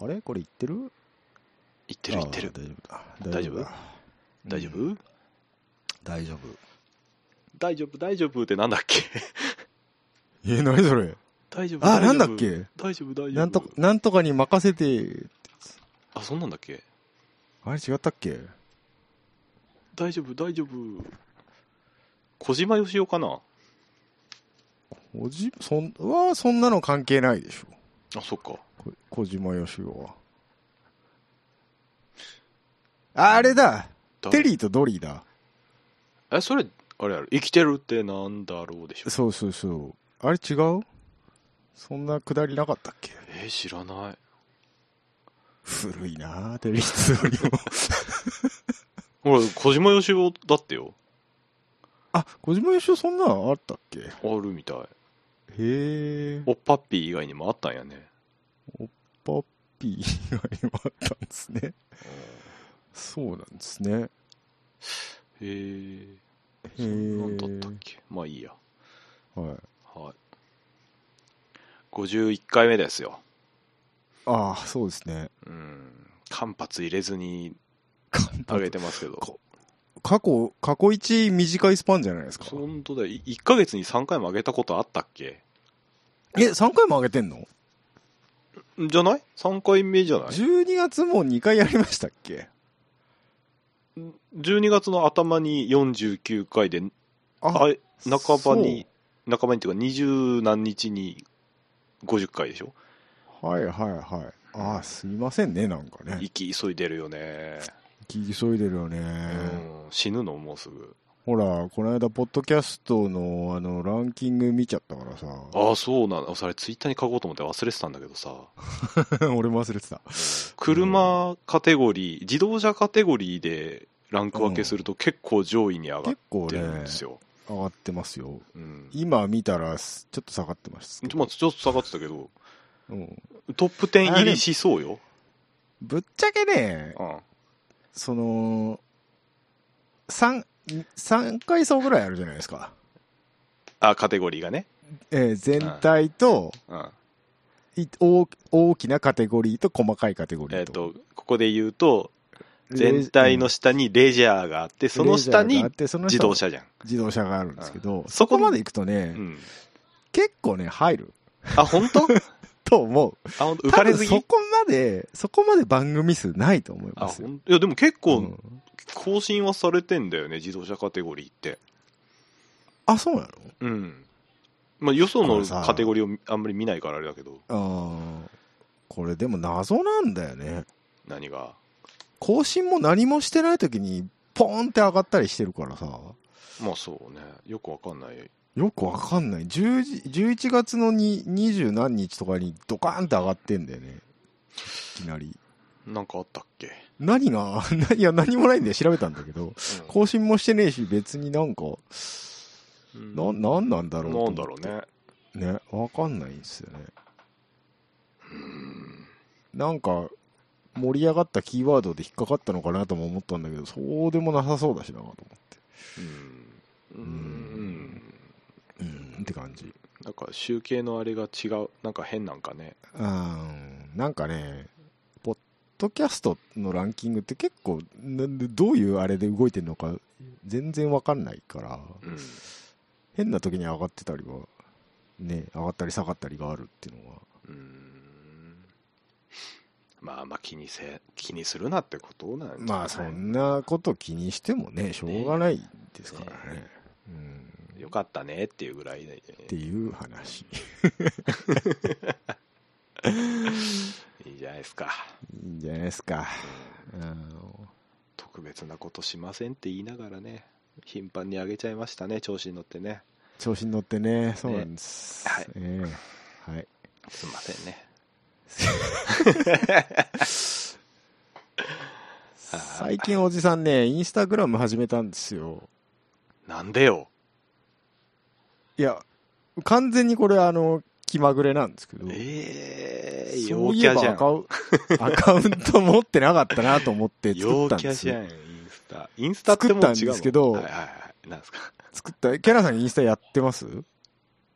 あれこれ言ってる言ってるあ言ってる。ー大丈夫だ。大丈夫大丈夫大丈夫。大丈夫、大丈夫ってなんだっけ え、何それ大丈夫。あ、大丈な夫んだっけ大丈夫、大丈夫。なんと、なんとかに任せて、あ、そんなんだっけあれ違ったっけ大丈夫、大丈夫。小島よしおかなおじ、そん、は、そんなの関係ないでしょ。あ、そっか。こ小島よしおは。ああれだテリーとドリーだ。え、それ、あれあれ、生きてるってなんだろうでしょ。そうそうそう。あれ違うそんなくだりなかったっけえー知らない。古いなあテリーとドリーも。 ほら、小島よしおだってよ。あ、小島よしおそんなのあったっけへあるみたい。え。おっぱっぴー以外にもあったんやね。パッピー 以外にもあったんですね。そうなんですね。へえ。へなんえ。だったっけまあいいや。はい。はい。51回目ですよ。ああ、そうですね。うん。間髪入れずに間上げ髪てますけど。こ過去、過去一短いスパンじゃないですか。本当だよ。1ヶ月に3回も上げたことあったっけえ、3回も上げてんのんじゃない ?3 回目じゃない ?12 月も2回やりましたっけ ?12 月の頭に49回で、あ、半ばに、半ばにっていうか二十何日に50回でしょそう。はいはいはい。ああ、すいませんね、なんかね。生き急いでるよね。聞き急いでるよね。うん死ぬのもうすぐ。ほら、この間、ポッドキャストの、あの、ランキング見ちゃったからさ。ああ、そうなの。それツイッターに書こうと思って忘れてたんだけどさ。 俺も忘れてた。車カテゴリー、自動車カテゴリーでランク分けすると結構上位に上がっ結構てね、るんですよ。上がってますよ。うん。今見たら、すちょっと下がってますけど。まあ、ちょっと下がってたけど、うんトップ10入りしそうよ。ぶっちゃけね、うん。その、3、3階層ぐらいあるじゃないですか。あ、カテゴリーがね。えー全体と、うん。い大大きなカテゴリーと細かいカテゴリーえっ、と。と、ここで言うと、レ全体の下にレジャーがあって、その下レジャーにがあってその下自動車じゃん。自動車があるんですけど、んそこまで行くとね、うん。結構ね、入るあ、本 当あ、と思う。ほんと浮かれ多す分ぎそこまで、そこまで番組数ないと思いあ、ますほよ。んいや、でも結う構ん更新はされてんだよね、自動車カテゴリーって。あ、そうなのうん。まあ、よそこのれさカテゴリーをあんまり見ないからあれだけど、あーこれでも謎なんだよね。何が。更新も何もしてない時に、ポーンって上がったりしてるからさ、まあそうね、よくわかんない。よくわかんない。10時11月のに20何日とかにドカーンって上がってんだよね。いきなり。なんかあったっけ、何が、 いや、何もないんで調べたんだけど、うん更新もしてねえし、別になんか、うんな、なんなんだろうとな思っんてだろうね。ね、わかんないんですよね。うんなんか、盛り上がったキーワードで引っかかったのかなとも思ったんだけど、そうでもなさそうだしなと思って。うん。うん。うん、って感じ。なんか集計のあれが違う、なんか変なんかね。うん、なんかね、ポッドキャストのランキングって結構、なんでどういうあれで動いてるのか、全然わかんないから、うん。変な時に上がってたりは、ね、上がったり下がったりがあるっていうのは、うんまあまあ気にせ、気にするなってことなんじゃないまあそんなこと気にしてもね、しょうがないですからね。ねうん、よかったねっていうぐらいで、っていう話。いいんじゃないですか。いいんじゃないですか。うん特別なことしませんって言いながらね、頻繁に上げちゃいましたね、調子に乗ってね。調子に乗ってね、そうなんです。はいええはい。すんませんね。最近おじさんね、インスタグラム始めたんですよ。なんでよ。いや、完全にこれ、あの、気まぐれなんですけど、ええそ陽ういキえャばじゃアん。カウ アカウント持ってなかったなと思って作っ陽キたんでャすじゃよ。ん、インスタ。インスタってもう違うの作ったんですけどはいはいはい。なんですか。作った、キャラさんインスタやってます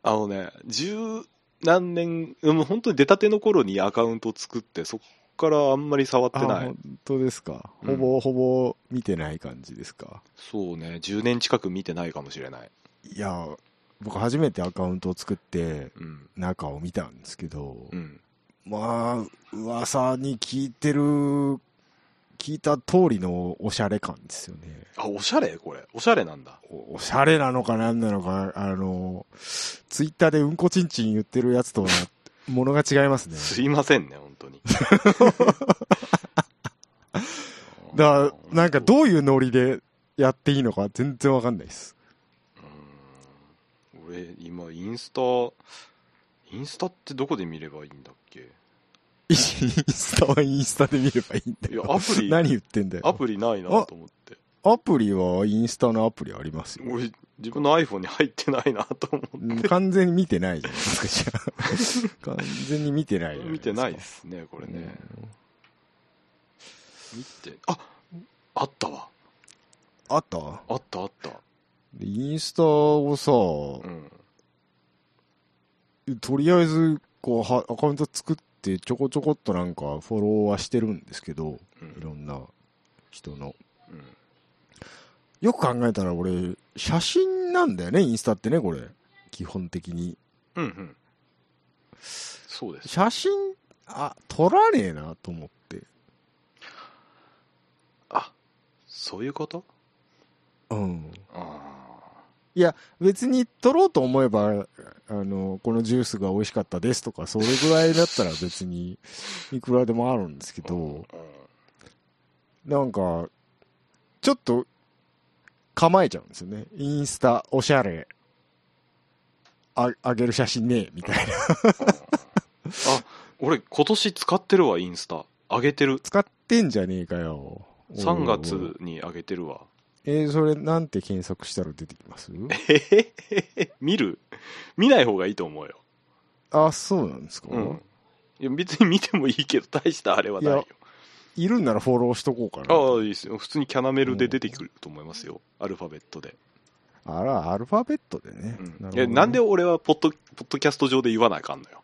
あのね、10何年、うん、本当に出たての頃にアカウント作って、そっからあんまり触ってあない本。当ですか。うほんぼほぼ見てない感じですか。そうね、10年近く見てないかもしれない。いや、僕初めてアカウントを作ってうん。中を見たんですけど、うん。まあ、噂に聞いてる、聞いた通りのおしゃれ感ですよね。あ、おしゃれこれ。おしゃれなんだ。おおしゃれなのかなんなのか、あの、ツイッターでうんこちんちん言ってるやつとは、ものが違いますね。 すいませんね、本当に。 だから、うなんかどういうノリでやっていいのか全然わかんないです。 うん俺、今、インスタ、インスタってどこで見ればいいんだっけインスタはインスタで見ればいいんだいやよ。、アプリ、何言ってんだよ。アプリないなと思って。アプリはインスタのアプリありますよ。俺、自分の iPhone に入ってないなと思って。完全に見てないじゃ ないですか、じゃあ完全に見てないじゃ見てないでですすね、こかれね。見て、ああったわ。あったあったあった。でインスタをさ、うん。とりあえず、こうは、アカウント作ってちょこちょこっとなんかフォローはしてるんですけど、ういん。ろんな人の。うんよく考えたら俺、写真なんだよね、インスタってね、これ。基本的に。うんうん。そうです。写真、あ、撮らねえなと思って。あ、そういうことうん。あ別に撮ろうと思えば、あの、このジュースが美味しかったですとか、それぐらいだったら別にいくらでもあるんですけあ。ど、うんなんか、ちょっと構えちゃうんですよね。インスタ、おしゃれ、ああげる写真ねえ、みたいな。あ、俺今年使ってるわ、インスタ。上げてる。使ってんじゃねえかよ。 3おいおいおい月。に上げてるわ。 えーそれなんて検索したら出てきますへへへへ見る見ない方がいいと思うよ。あ、そうなんですか、うん。いや別に見てもいいけど、大したあれはないよ。いるんならフォローしとこうかな。ああ、いいですよ。普通にキャナメルで出てくると思いますよ。アルファベットで。あら、アルファベットでね。うんるほどいねやなんで俺はポッドポッドキャスト上で言わなあかんのよ。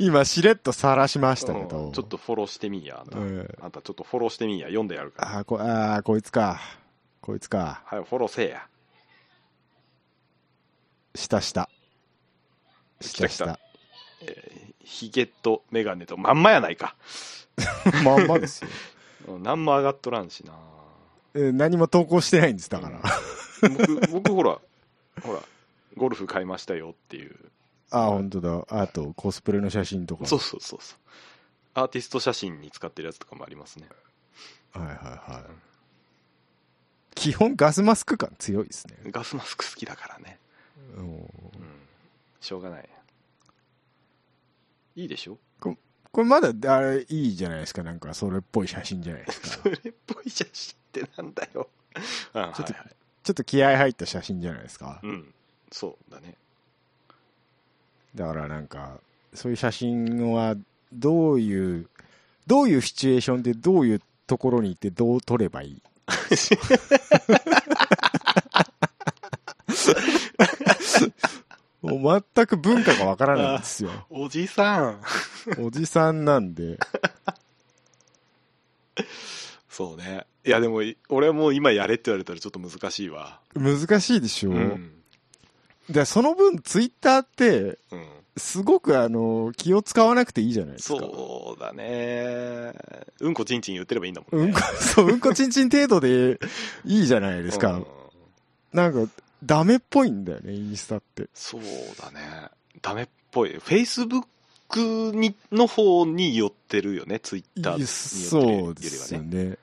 今、しれっと晒しましたけうど。んちょっとフォローしてみいや。あんた,、うんあんたちょっとフォローしてみいや。読んでやるから。あーこ、あーこいつか。こいつか。はい、フォローせえや。下下。来下た来下た。えーヒゲとメガネとまんまやないか。まんまですよ。うんなんも上がっとらんしな。えー何も投稿してないんです、だから。うんあ 僕、僕ほら、ほら、ゴルフ買いましたよっていう。あー、本当だ。あと、コスプレの写真とか。そうそうそうそう。アーティスト写真に使ってるやつとかもありますね。はいはいはい。基本ガスマスク感強いですね。ガスマスク好きだからね。うんうん。しょうがない。いいでしょこれまだ、あれ、いいじゃないですか。なんか、それっぽい写真じゃないですか。それっぽい写真ってなんだよ。うん、 はいちょっとはいちょっと気合入った写真じゃないですか。うん。そうだね。だからなんか、そういう写真は、どういう、どういうシチュエーションでどういうところに行ってどう撮ればい いもう全く文化がわからないんですよ。おじさん。おじさんなんで。そうね。いや、でも、い俺はもう今やれって言われたらちょっと難しいわ。難しいでしょ、うん。で、その分ツイッターって、うん。すごくあの、気を使わなくていいじゃないですか。そうだね。うんこちんちん言ってればいいんだもんね。うんこ、そう、うんこちんちん程度でいいじゃないですか。うんなんか、ダメっぽいんだよね、インスタって。そうだね。ダメっぽい。Facebook にの方に寄ってるよね、Twitter に寄ってるそようでりはすよね。ね。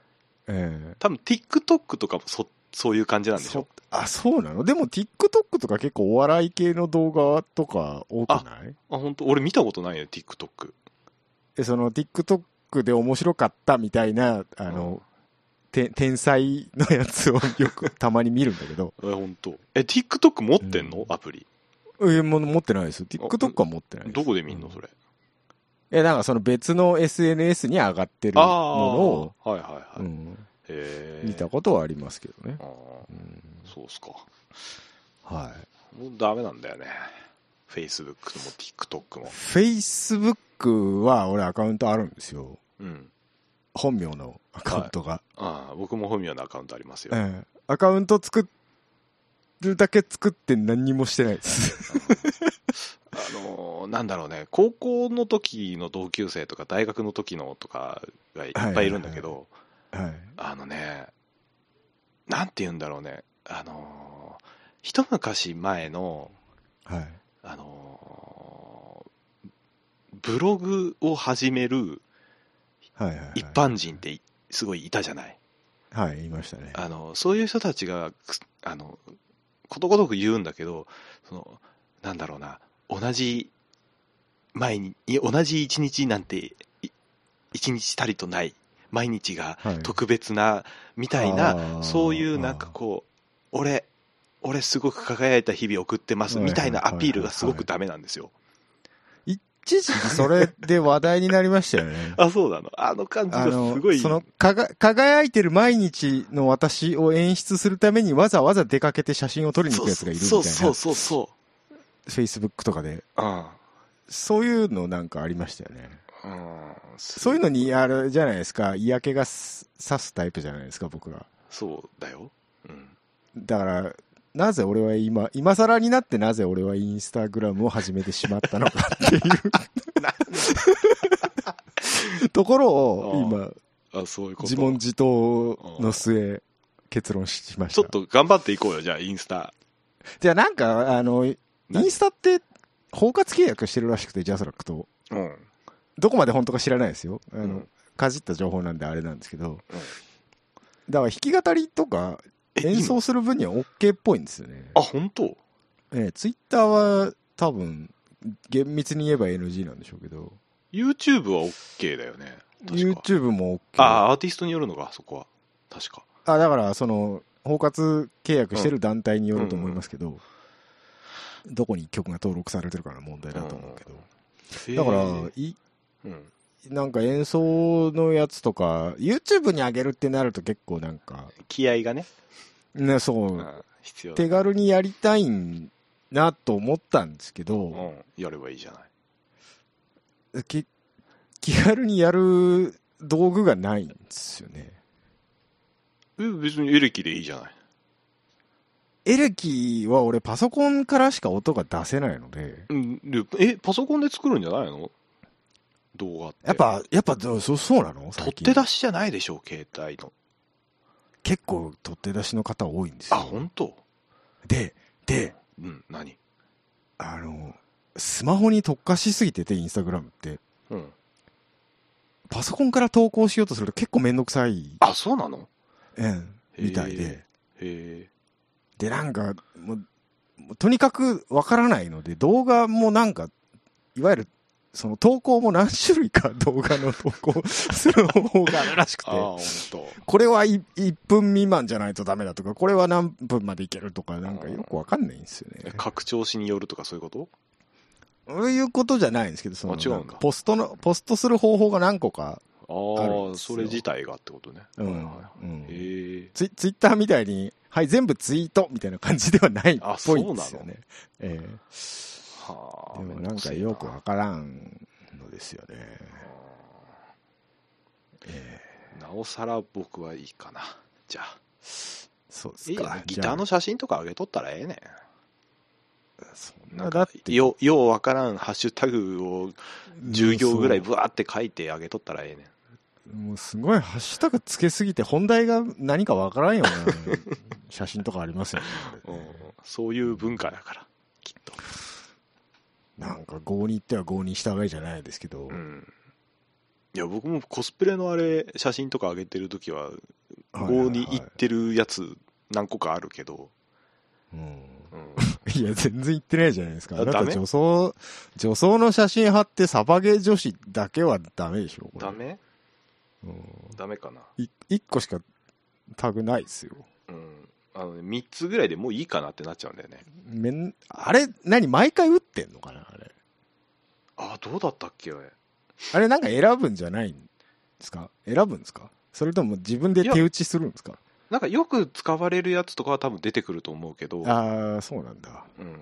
え多分 TikTok とかもそそういう感じえなんでしょそあ、そうなのでも TikTok とか結構お笑い系の動画とか多くないあ、本当俺見たことないよ、TikTok。えその TikTok で面白かったみたいな、あの、て天才のやつをよくたまに見るんだけ ど、え、本当。え、TikTok 持ってんうの、んアプリ。え、もう持ってないですよ。TikTok は持ってないです。どこで見んのうそれ。え、なんかその別の SNS に上がってるもあのを、あ、はいはいはうい。へん、え。見たことはありますけどねあ。ーうんそうっすか。はい。もうダメなんだよね。 Facebook も TikTok も。 Facebook は俺アカウントあるんですよ。うん。本名のアカウントが。ああ、僕も本名のアカウントありますよ。ええアカウント作るだけ作って何にもしてない です。あのーなんだろうね、高校の時の同級生とか、大学の時のとかがいっぱいいるんだけど、はい。あのね、なんて言うんだろうね、あのー一昔前の、はい。あのーブログを始めるはいはい、はい。一般人ってすごいいたじゃない。はい、言いましたね。あのそういう人たちがくすあのことごとく言うんだけどそのなんだろうな同じ毎日い同じ一日なんてい一日たりとない毎日がはい。特別なみたいな、あーそういうなんかこう俺俺すごく輝いた日々送ってますみたいなアピールがすごくダメなんですよ。。一時期それで話題になりましたよね あそうなのあの感じあがのすごい、そのかが、輝いてる毎日の私を演出するためにわざわざ出かけて写真を撮りに行そくうやつがいるみたいそうな。そうそうそ Facebook とかで。う。うんそういうのなんかありましたよね。うん、そういうのに、あれじゃないですか、嫌気がすさすタイプじゃないですか、僕ら。そうだよ。うんだから、なぜ俺は今、今更になってなぜ俺はインスタグラムを始めてしまったのかっていうところを今、あそういうこと自問自答の末、結論しましちた。ょっと頑張っていこうよじゃあインスタじゃあなんか、あの、イ何ンスタって包括契約してるらしくて、ジャスラックと。うんどこまで本当か知らないですよ。あの、うんかじった情報なんであれなんですけど。うんだから弾き語りとかえ演奏する分には OK っぽいんですよね。今あ本当ええ、ツイッターは多分、厳密に言えば NG なんでしょうけど、 YouTube は OK だよね確か YouTube も OK。ああアーティストによるのかそこは確かあだから、その、包括契約してる団体によると思いますけど、どこに曲が登録されてるかの問題だと思うけど。だかへらー、い、うん、なんか演奏のやつとか、YouTube に上げるってなると結構なんか、気合がね、ね、そうう、ん、必要だ手軽にやりたいなと思ったんですけうど、んやればいいじゃないき気軽にやる道具がないんですよね。え別にエレキでいいじゃないエレキは俺パソコンからしか音が出せないので、うんでえパソコンで作るんじゃないの動画ってやっぱ、やっぱどうそうそうなの取最っ近手出しじゃないでしょう携帯の結構取って出しの方多いんですあよ。本当で、で、うん何あの、スマホに特化しすぎてて、インスタグラムって。うんパソコンから投稿しようとすると結構めんどくさい、あそうなのうん、へーみたいで。へえで、なんか、もう、もうとにかくわからないので、動画もなんか、いわゆる、その投稿も何種類か動画の投稿する方法があるらしくてあ。あ本当これは 1, 分未満じゃないとダメだとか、これは何分までいけるとか、なんかよくわかんないんですよね。拡張子によるとかそういうことそういうことじゃないんですけど、その、あ違うんだなんかポストの、ポストする方法が何個か、あるんあであすよそれ自体がってことね、うんはういはいはいんへえツイ、ツイッターみたいに、はい、全部ツイートみたいな感じではないっあぽいんですよね。えはえあでもなんかよくわからんのですよね。ええなおさら僕はいいかなじゃあそうですいいか。やギターの写真とか上げとったらええねじゃあ、そんんななんだっかて、よようわからんハッシュタグを10行ぐらいもぶわーって書いて上げとったらええねうんそうもうすごいハッシュタグつけすぎて、本題が何かわからんような 写真とかありますよね。うんそういう文化だからきっとなんか合に行っては合に従いじゃないですけど、うんいや僕もコスプレのあれ写真とか上げてるときははいはいはい郷に行ってるやつ何個かあるけど、うんうん いや全然行ってないじゃないですかああなたダメ女装女装の写真貼ってサバゲー女子だけはダメでしょこれダメうんダメかな、い一個しかタグないですようんあのね、3つぐらいでもういいかなってなっちゃうんだよねめんあれ何毎回打ってんのかなあれあどうだったっけ俺あれなんか選ぶんじゃないんですか選ぶんですかそれとも自分で手打ちするんですかなんかよく使われるやつとかは多分出てくると思うけど、ああそうなんだうん、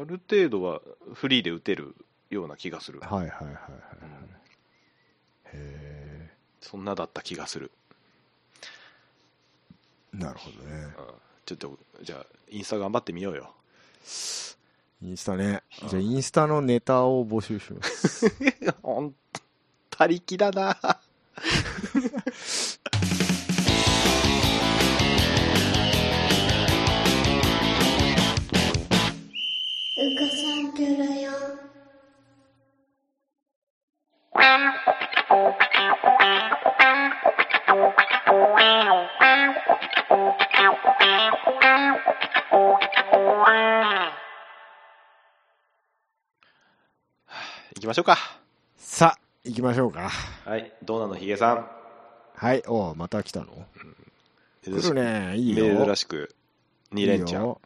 ある程度はフリーで打てるような気がする。はいはいはいはい。うんへそんなだった気がする。え。なるほどね。うんちょっと、じゃあ、インスタ頑張ってみよう よ。インスタね。うんじゃあインスタのネタを募集します。 ほんと、他力だな。うかさんキョロよん。行きましょうか。さあ、行きましょうか。はい、ドーナのヒゲさん。はい。おうまた来たの珍来しるく、ね。いいよ。珍しく2連チャン。いいよ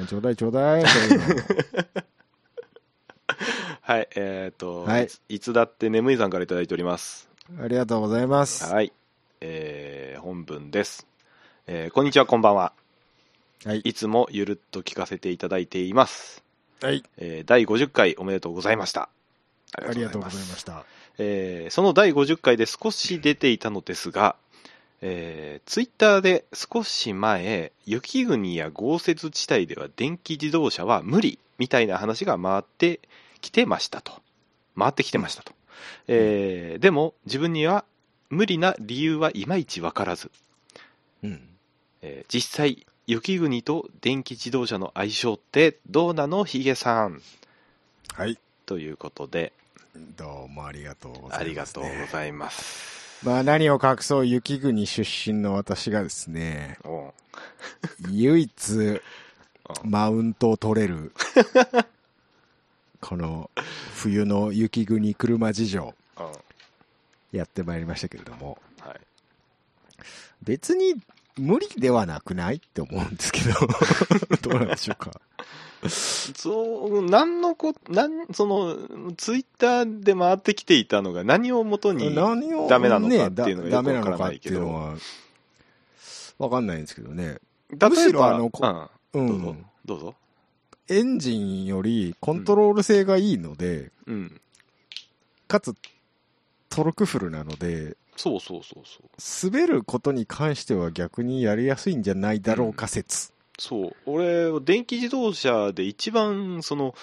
うんちょうだいちょうだい。そういうのはい、えっ、と、はいいつ、いつだって眠いさんからいただいております。ありがとうございます。はい、えー本文です、えーこんにちは、こんばんは。はいいつもゆるっと聞かせていただいています。はい。えー第50回おめでとうございました。ありがとうございました。えーその第50回で少し出ていたのですが、えーツイッターで少し前、雪国や豪雪地帯では電気自動車は無理みたいな話が回ってきてましたと。回ってきてましたと。えーでも自分には無理な理由はいまいちわからず、うん。えー実際、雪国と電気自動車の相性ってどうなのヒゲさんはい。ということで、どうもありがとうござありいまがすとね、うございます。まあ何を隠そう、雪国出身の私がですね、おう唯一うマウントを取れ る、この冬の雪国車事情、うんはやってまいりましたけれども、い別に無理ではなくないって思うんですけ ど、どうなんでしょうか。そう、何のこ、なん、その、ツイッターで回ってきていたのが何をもとに、何をダメなのかねっていうのがダよくメなわのかからっなていいけうどのは、わかんないんですけどね。例むしえろば、あのこうんうどうぞん。、どうぞ。エンジンよりコントロール性がいいので、うん。かつトルクフルなので、そうそうそうそう。滑ることに関しては逆にやりやすいんじゃないだろうか説。そう。俺、電気自動車で一番、その、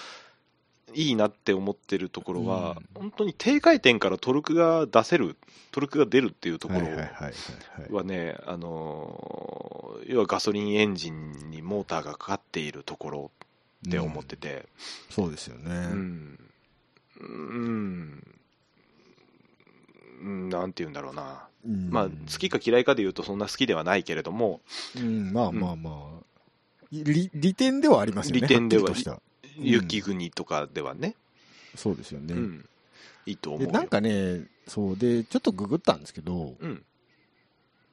いいなって思ってるところは、う本当に低回転からトルクが出せる、トルクが出るっていうとこはいろはいはいはいはい。はね、あのー要はガソリンエンジンにモーターがかかっているところって思ってて、うんそうですよね。うん、うんうん、なんて言うんだろうな、うんまあ、好きか嫌いかで言うと、そんな好きではないけれども、うん、まあまあまあ。利利点ではありますよね。利点ではっきりとしたうん雪国とかではね、そうですよね。うんいいと思でうよ。なんかね、そうで、ちょっとググったんですけど、うん、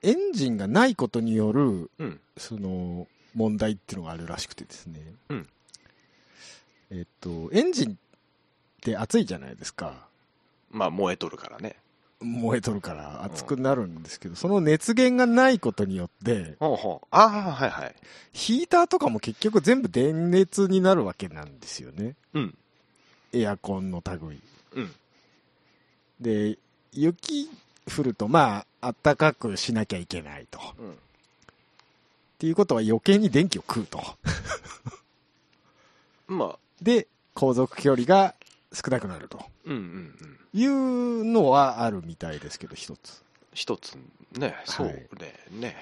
エンジンがないことによる、うんその問題っていうのがあるらしくてですね、うんえっと、エンジンって熱いじゃないですか、まあ、燃えとるからね。燃えとるから熱くなるんですけど、その熱源がないことによって、ほうほう。ああ、はいはい。ヒーターとかも結局全部電熱になるわけなんですよね、うん、エアコンの類。うん、で、雪降ると、まあ、暖かくしなきゃいけないと。うん。っていうことは余計に電気を食うと。まあ、で、航続距離が少なくなるとうんうんうん。いうのはあるみたいですけど、一つ。一つね、そうね、ね。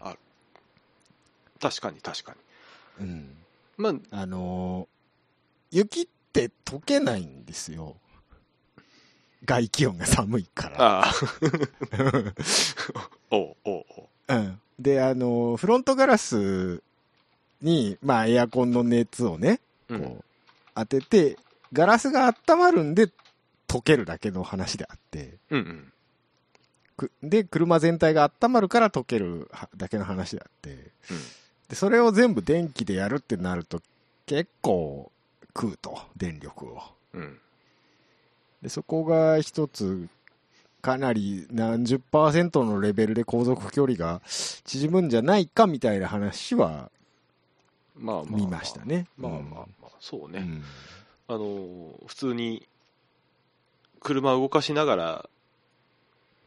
あ確かに確かに。うん。まあ、あのー雪って溶けないんですよ。外気温が寒いから。ああ。おうおうおう。 うん。で、あのーフロントガラスに、まあ、エアコンの熱をね、こうんう、当てて、ガラスが温まるんで、溶けるだけの話であって、うんうん。くで、車全体が温まるから溶けるはだけの話であって、うんでそれを全部電気でやるってなると結構食うと電力をうん。でそこが一つかなり何十パーセントのレベルで航続距離が縮むんじゃないかみたいな話はまあまあ、見ましたね。まあまあまあ、そううね。ん。あの普通に車を動かしながら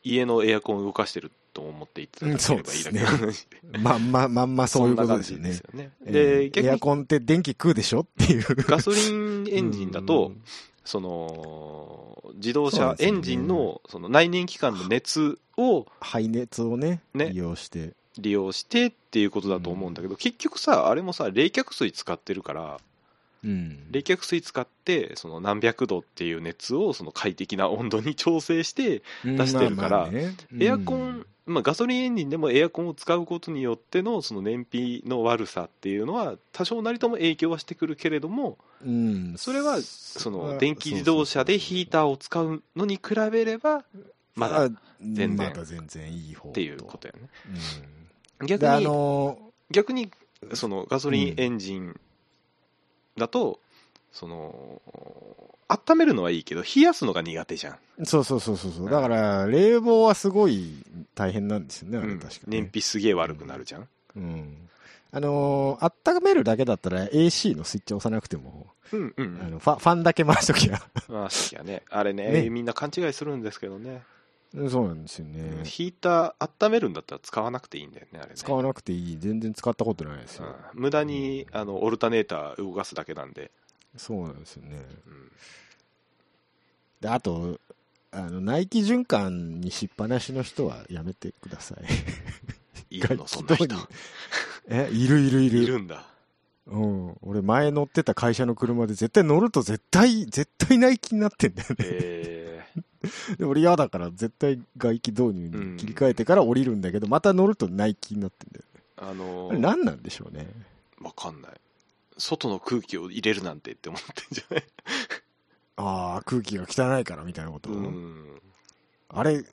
家のエアコンを動かしてると思っていただければいいだけのうん話でうんまんま、まんま そういうことですよね。そんな感じですよねえでーエ逆アにコンって電気食うでしょっていう。ガソリンエンジンだと、うんその自動そうなん車、ですエよねンジンのその内燃機関の熱を排熱をね、ね利用して。利用してっていうことだと思うんだけど、結局さ、あれもさ、冷却水使ってるから、うん。冷却水使って、その何百度っていう熱をその快適な温度に調整して、出してるからまあまあねエアコン、まあ、ガソリンエンジンでもエアコンを使うことによってのその燃費の悪さっていうのは、多少なりとも影響はしてくるけれども、うん、それはその電気自動車でヒーーターを使うのに比べれば、まだっ全然まだ全然いい方ていうことやね。うん逆であに、の逆にそのガソリンエンジンだと、その温めるのはいいけど、冷やすのが苦手じゃん、そうそうそうそうそうだから冷房はすごい大変なんですよねあうれん確かに、燃費すげえ悪くなるじゃん。うんあのー温めるだけだったら AC のスイッチ押さなくても、うんうあん、のファファンだけ回しとき ゃまあ、好きやね、あれね、ねみんな勘違いするんですけどね。うんそうなんですよね、ヒーター温めるんだったら使わなくていいんだよねあれね使わなくていい全然使ったことないですよ、うん無駄にあのオルタネーター動かすだけなんで、そうなんですよねうんであとあの内気循環にしっぱなしの人はやめてください いるの楽器そんな人どうにえいるいるいるいる んだうん、俺前乗ってた会社の車で絶対乗ると絶対絶対内気になってんだよねえで俺嫌だから絶対外気導入に切り替えてから降りるんだけどまた乗ると内気になってんだよー、あのあれ何なんでしょうねわかんない外の空気を入れるなんてって思ってんじゃない、ああ空気が汚いからみたいなこと、うん、あれ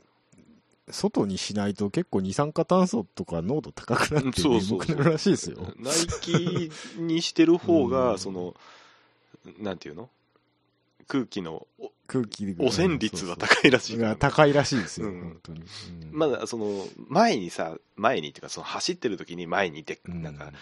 外にしないと結構二酸化炭素とか濃度高くなってそう眠そうくそうなるらしいですよナイキにしてる方うが、んそのなんていうの空気のお空気汚染率が高いらしいからねが高いらしいですよ、うん本当に、うんまだその前にさ前にっていうかその走ってる時に前にでなんか、うん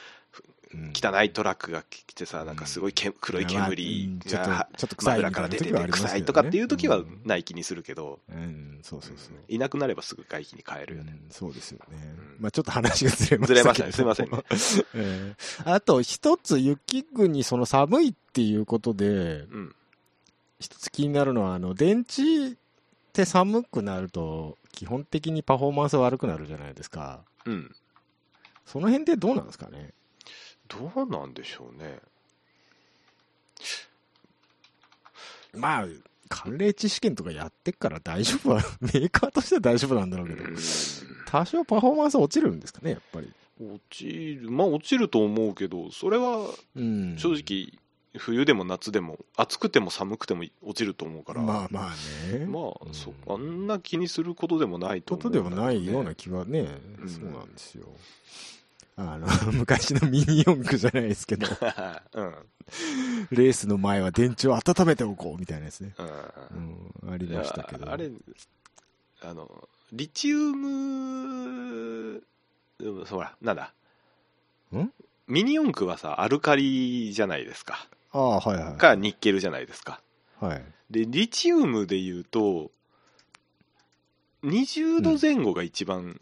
汚いトラックが来てさ、なんかすごいけ黒い煙まあうんがちょっとちょっと臭い枕みたかいなら出て時てはあります臭けどねいとかっていう時はうんない気にするけど、うん、そうそうそう。いなくなればすぐ外気に変えるよね。うんそうですよねうん。まあちょっと話がずれまずしれまたけしたど。ね、すいませんね。えーあと一つ雪国その寒いっていうことで、うん、一つ気になるのはあの電池って寒くなると基本的にパフォーマンス悪くなるじゃないですか。うん、その辺ってどうなんですかね。どうなんでしょうね。まあ寒冷地試験とかやってっから大丈夫は メーカーとしては大丈夫なんだろうけど、多少パフォーマンス落ちるんですかねやっぱり。落ちる、まあ落ちると思うけど、それはうん、正直、冬でも夏でも、暑くても寒くても落ちると思うから、まあまあね。まあうんそあんな気にすることでもないとこ思うとんでだはけどなね、いような気はね、うんそうなんですよ。あの、 昔のミニ四駆じゃないですけ ど、うん。レースの前は電池を温めておこうみたいなやつね。うんうん、ありいやましたけど。あれあのリチウムうんほらなんだんミニ四駆はさアルカリじゃないですかああ、はいはい。かニッケルじゃないですかはい。でリチウムでいうと20度前後が一番うん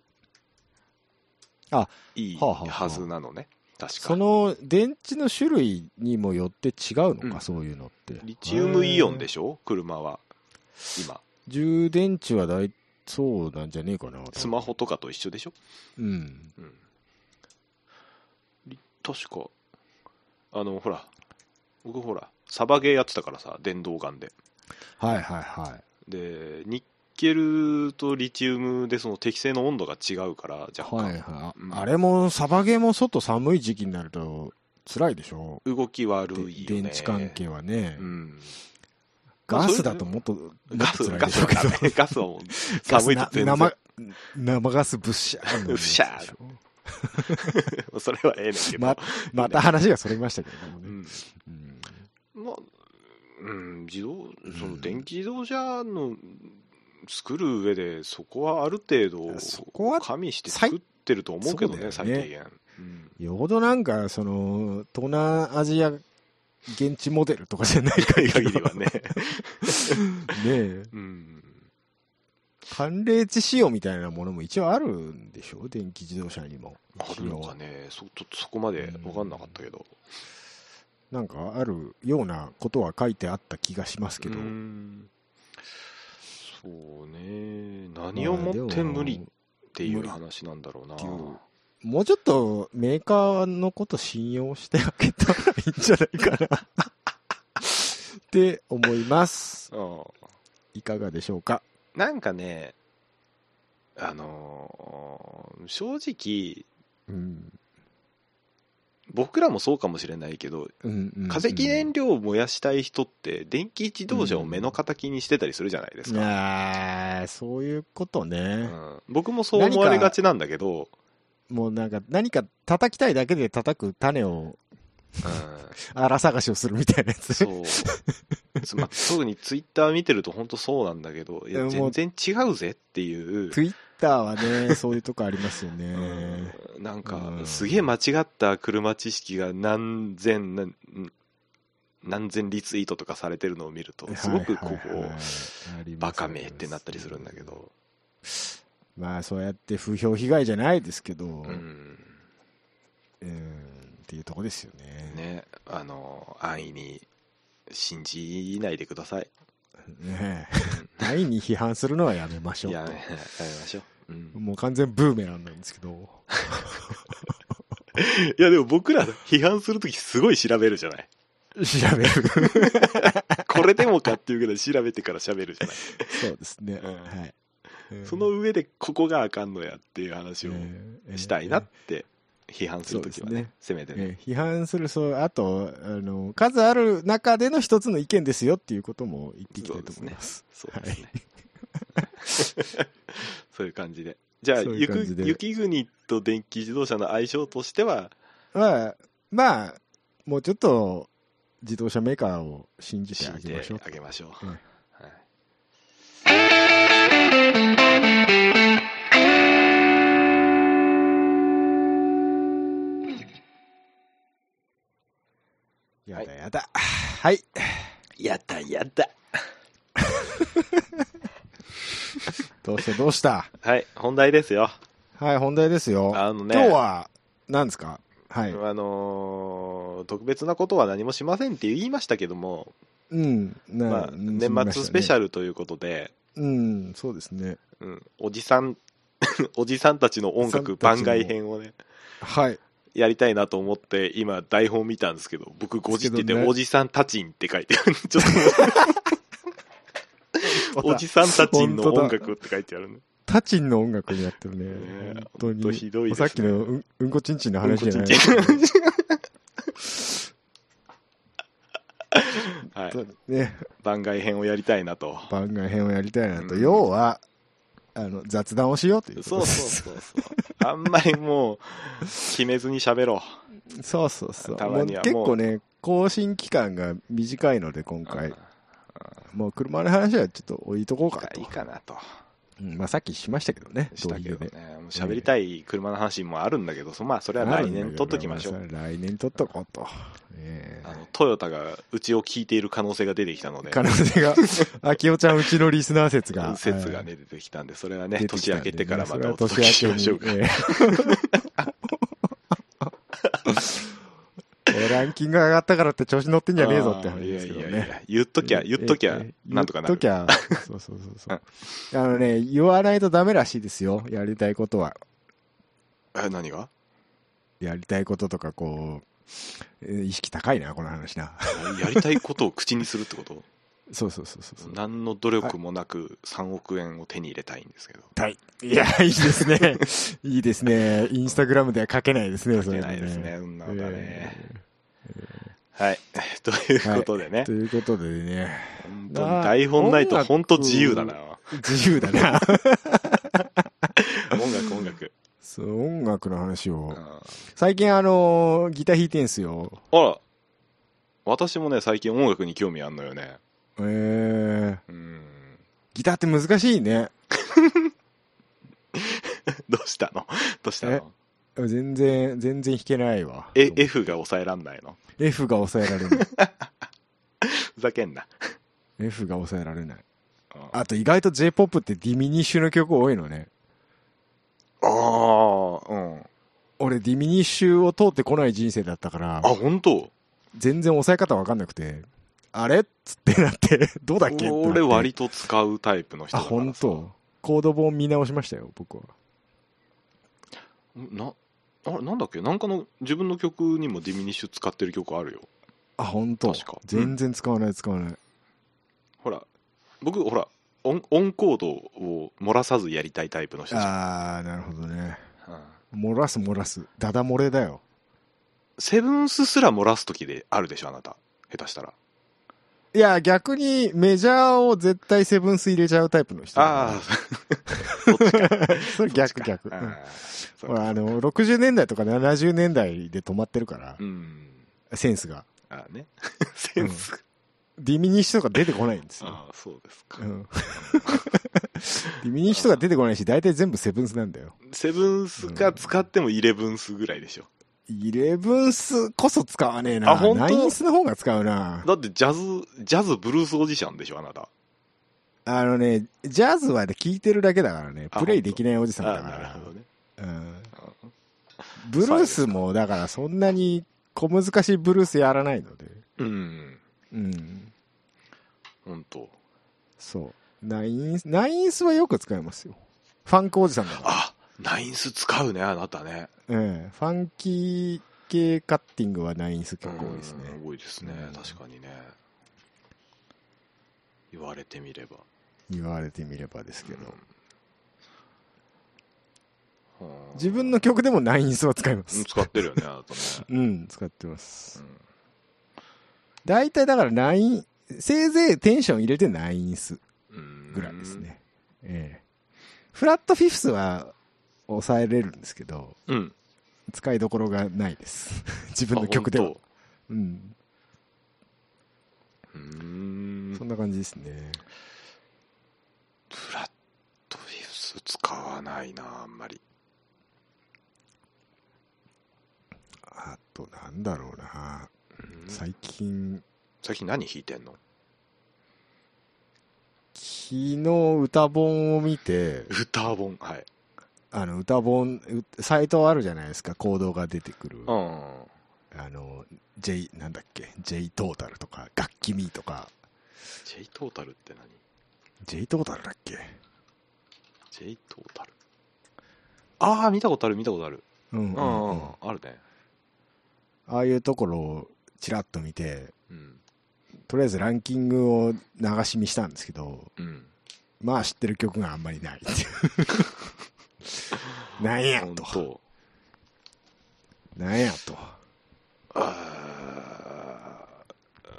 あいいはあはあはあはずなのね確そかの、電池の種類にもよって違うのか、うんそういうのって。リチウムイオンでししょ車は今充電池はだい、そうなんじゃねえかな。スマホとかと一緒でしょうん。うん、り確かあのほら僕ほらサバゲーやってたからさ電動ガンではいはいはい。でニッケルとリチウムでその適正の温度が違うから若干、はいはい。うんあれも、サバゲーも外寒い時期になると、辛いでしょ動き悪でいよね電池関係はね、うんガスだともっと、もガっとス辛いガでスしょうけど、はねガスはもう寒いとガス全な然生生ガスぶっしゃーのやつでぶっしゃーしょ それはええねんけど、ままた話がそれましたけどもうね、んうんまあ、うん、自動ん、その電気自動車の作る上で、そこはある程い度、やそこは加味して作ってると思うけどね、最そ最うだよね低限。うんよほどなんか、その、東南アジア現地モデルとかじゃない限限りは ね。ねえ。うん。寒冷地仕様みたいなものも一応あるんでしょ電気自動車にも。あるのかね、そちょっとそこまで分かんなかったけど。なんかあるようなことは書いてあった気がしますけど。うんそうね、何をもって無理っていう話なんだろうなまあ。でも無理ってもうちょっとメーカーのこと信用してあげたらいいんじゃないかなって思います。うんいかがでしょうかなんかね、あのー正直、うん。僕らもそうかもしれないけど、うんうんうん化石燃料を燃やしたい人って、電気自動車を目の敵にしてたりするじゃないですか。あーそういうことうね。ん僕もそう思われがちなんだけど、もうなんか何か叩きたいだけで叩く種をうん荒探しをするみたいなやつ。 そう。つま特にツイッター見てると本当そうなんだけど、いでやも全然違うぜっていう。ツイッターは ね、そういうとこありますよね。うんなんかう、んすげえ間違った車知識が何千、何何千リツイートとかされてるのを見ると、すごくこはいはいはこい、ありますバカめってなったりするんだけど。まあそうやって風評被害じゃないですけど、う、うんん。っていうとこですよね。ね、あの、安易に信じないでください。ねえ安易に批判するのはやめましょうやとめやめましょう。うんもう完全ブーメランなんですけ ど。いや、でも僕ら批判するときすごい調べるじ ゃない。調べる。これでもかっていうぐらい調べてから喋るじゃない。そうですね。うんはい。うんその上でここがあかんのやっていう話をええしたいなって批判するときはね、せめてえね。え批判する、そう、あと、あの、数ある中での一つの意見ですよっていうことも言っていきたいと思います。そうですね。 そういう感じで。じゃあ、そういう感じで雪雪国と電気自動車の相性としては、まあ、まあ、もうちょっと自動車メーカーを信じて信あじげてましょうあ。げましょう。えはいえやだやだ。はい。やだやだ。どうしたどう した。はい、本題ですよ。はい、本題ですよ。あのね、今日は、何ですかはい。あのー特別なことは何もしませんって言いましたけども、うん。まあ、年末スペシャルということで、ル。うん、そうですね。うん、おじさん、 おじさんたちの音楽番外編をね、はい。やりたいなと思って、今、台本見たんですけど、僕、ごじっでてすて、けどねおじさんたちんって書いて ある。ちょっと、 おじさんたちんの本当だ音楽って書いてあるね。タチンの音楽になってるねね。え本当ほんとに。ひどいですさねっきのうんうんこちんちんのうん話こじちゃんないちん。は本い、当にね、番外編をやりたいなと。番外編をやりたいなと。うん要は、あの、雑談をしようというこそとうです。そうそうそう。あんまりもう、決めずに喋ろそうそうそう。たまにはもう結構ね、更新期間が短いので、今う。回うん。もう車の話はちょっと置いとこうかいとい。かなと。うんまあさっきしましたけどね。したけど導入で。ね。もう喋りたい車の話もあるんだけど、そまあ、それは来年取っときましょう。あるんだけどね。まあ来年取っとこうと。ええあの、トヨタがうちを聞いている可能性が出てきたので。可能性 が、あきおちゃんうちのリスナー説が。説がはいね、出てきたんで、それは出てね、き年た明んでけねてからまそれたはお届けしましょうか。年明 けにええランキング上がったからって調子乗ってんじゃねえぞって話ですけどあーいやいやいね。や、言っときゃ、ええ言っときゃええ、なんとかなる。言っときゃ、そうそうそう そう。あのね、言わないとダメらしいですよ。やりたいことは。え、何が やりたいこととか、こう、えー意識高いな、この話な。 やりたいことを口にするってことそうそうそうそうそう。何の努力もなく3億円を手に入れたいんですけど。いや、いいですね。 いいですね。インスタグラムでは書けないですね、書そけれないですね、ね。そんなえのだえね。はい。 ということでねと。いうことでね、本当に台本ないと本当自由だな。自由だ な。音楽、音楽。そう、音楽の話をう。ん最近あのーギター弾いてんすよ。あら、私もね、最近音楽に興味あんのよね。えー、うん。ギターって難しいね。どうしたのどうしたえの全然、全然弾けないわ。え、F が抑えらんないの F が抑えられない。 ふざけんな。 F が抑えられない。うんあと意外と J-POP ってディミニッシュの曲多いのね。ああ、うん。俺ディミニッシュを通ってこない人生だったからあ、、本当全然抑え方わかんなくて、あれっつってなって、 どうだっけってなって俺割と使うタイプの人あ、だからさ本当コード本見直しましたよ、僕は。な、あれ、なんだっけなんかの、自分の曲にもディミニッシュ使ってる曲あるよ。あ、本当確か全然使わない、使わない。ほら、僕、ほら、オンオンコードを漏らさずやりたいタイプの人じゃんあー、なるほどね。うん漏らす漏らす。ダダ漏れだよ。セブンスすら漏らす時であるでしょ、あなた。下手したら。いや、逆にメジャーを絶対セブンス入れちゃうタイプの人。ああ。 それ逆逆。あ、うんあーそうほら、あの、60年代とか70年代で止まってるからう、ん。センスが。ああね。 センス。ディミニッシュとか出てこないんですよ。ああ、そうですかう。ん ディミニッシュとか出てこないし、大体全部セブンスなんだよ。セブンスか使ってもイレブンスぐらいでしょ。イレブンスこそ使わねえな。あ本当ナインスの方が使うな。だってジャズ、ジャズブルースおじさんでしょ、あなた。あのね、ジャズはね、聴いてるだけだからね、あプレイできないおじさんあだあ、なるかほどね。ら。うんうんブルースも、だからそんなに小難しいブルースやらないので。うん、うん。本当。そう。ナインス、ナインスはよく使いますよ。ファンクおじさんだから。あ、ナインス使うね、あなたね。ええファンキー系カッティングはナインス結構多いですね。うん多いですねうん、確かにね。言われてみれば。言われてみればですけど。うんうん自分の曲でもナインスは使いまうんす。使ってるよね、あなたね。 うん、使ってますう。ん大体だからナイン、せいぜいテンション入れてナインスうんぐらいですね。ええフラットフィフスは抑えれるんですけど、うん。使いどころがないです。自分の曲では。うん。あ。本当うーん。そんな感じですね。フラットフィフス使わないな、あんまり。あと、なんだろうな。うん最近、最近何弾いてんの昨日歌本を見て、歌本。はい。あの、歌本、うサイトあるじゃないですか、行動が出てくる。うあん。の、J、なんだっけ、J トータルとか、楽器ミーとか、 J トータルって何 J トータルだっけ ?J トータル。ああ、見たことある、見たことある。うん、う、うんんううんん。ああるね。あいうところをちらっと見て、うん。とりあえずランキングを流し見したんですけど、うん。まあ知ってる曲があんまりないっていう。なんや本と。当。なんやと。あ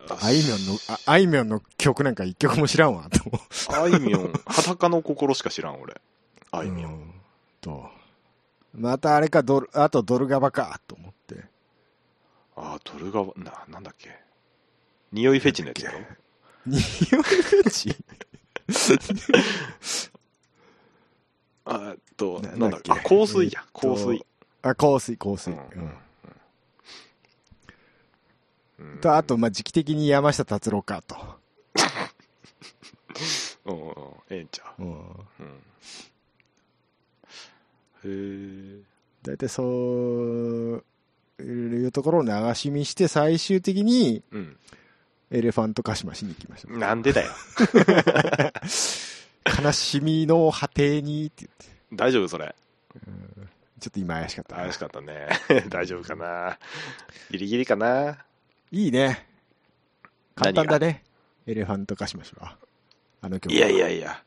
ーあいみょんの、ああいみょんの曲なんか一曲も知らんわ、と。あいみょん、裸の心しか知らん、俺。あいみょ。うんんと。またあれか、ドル、あとドルガバか、と思って。ああ、ドルガバ、な、なんだっけ。匂いフェチのやつだろ。匂いフェ チあーっと、ななんだなっんけ。だあ、っけ香水やえっ、と香水。あ、香水、香水。ううんん。うんと、あと、、まあ、時期的に山下達郎か、と。うんうん、ええんちゃうん。う。うん。へえ。大体そう、いうところを流し見して、最終的に、うん。エレファントカシマしに行きました。なんでだよ。悲しみの果てにって言って。 大丈夫それ。ちょっと今怪しかったな。怪しかったね。 大丈夫かな。ギリギリかな。いいね。簡何が単だね。エレファントカシマシは。あの曲いやいやいや。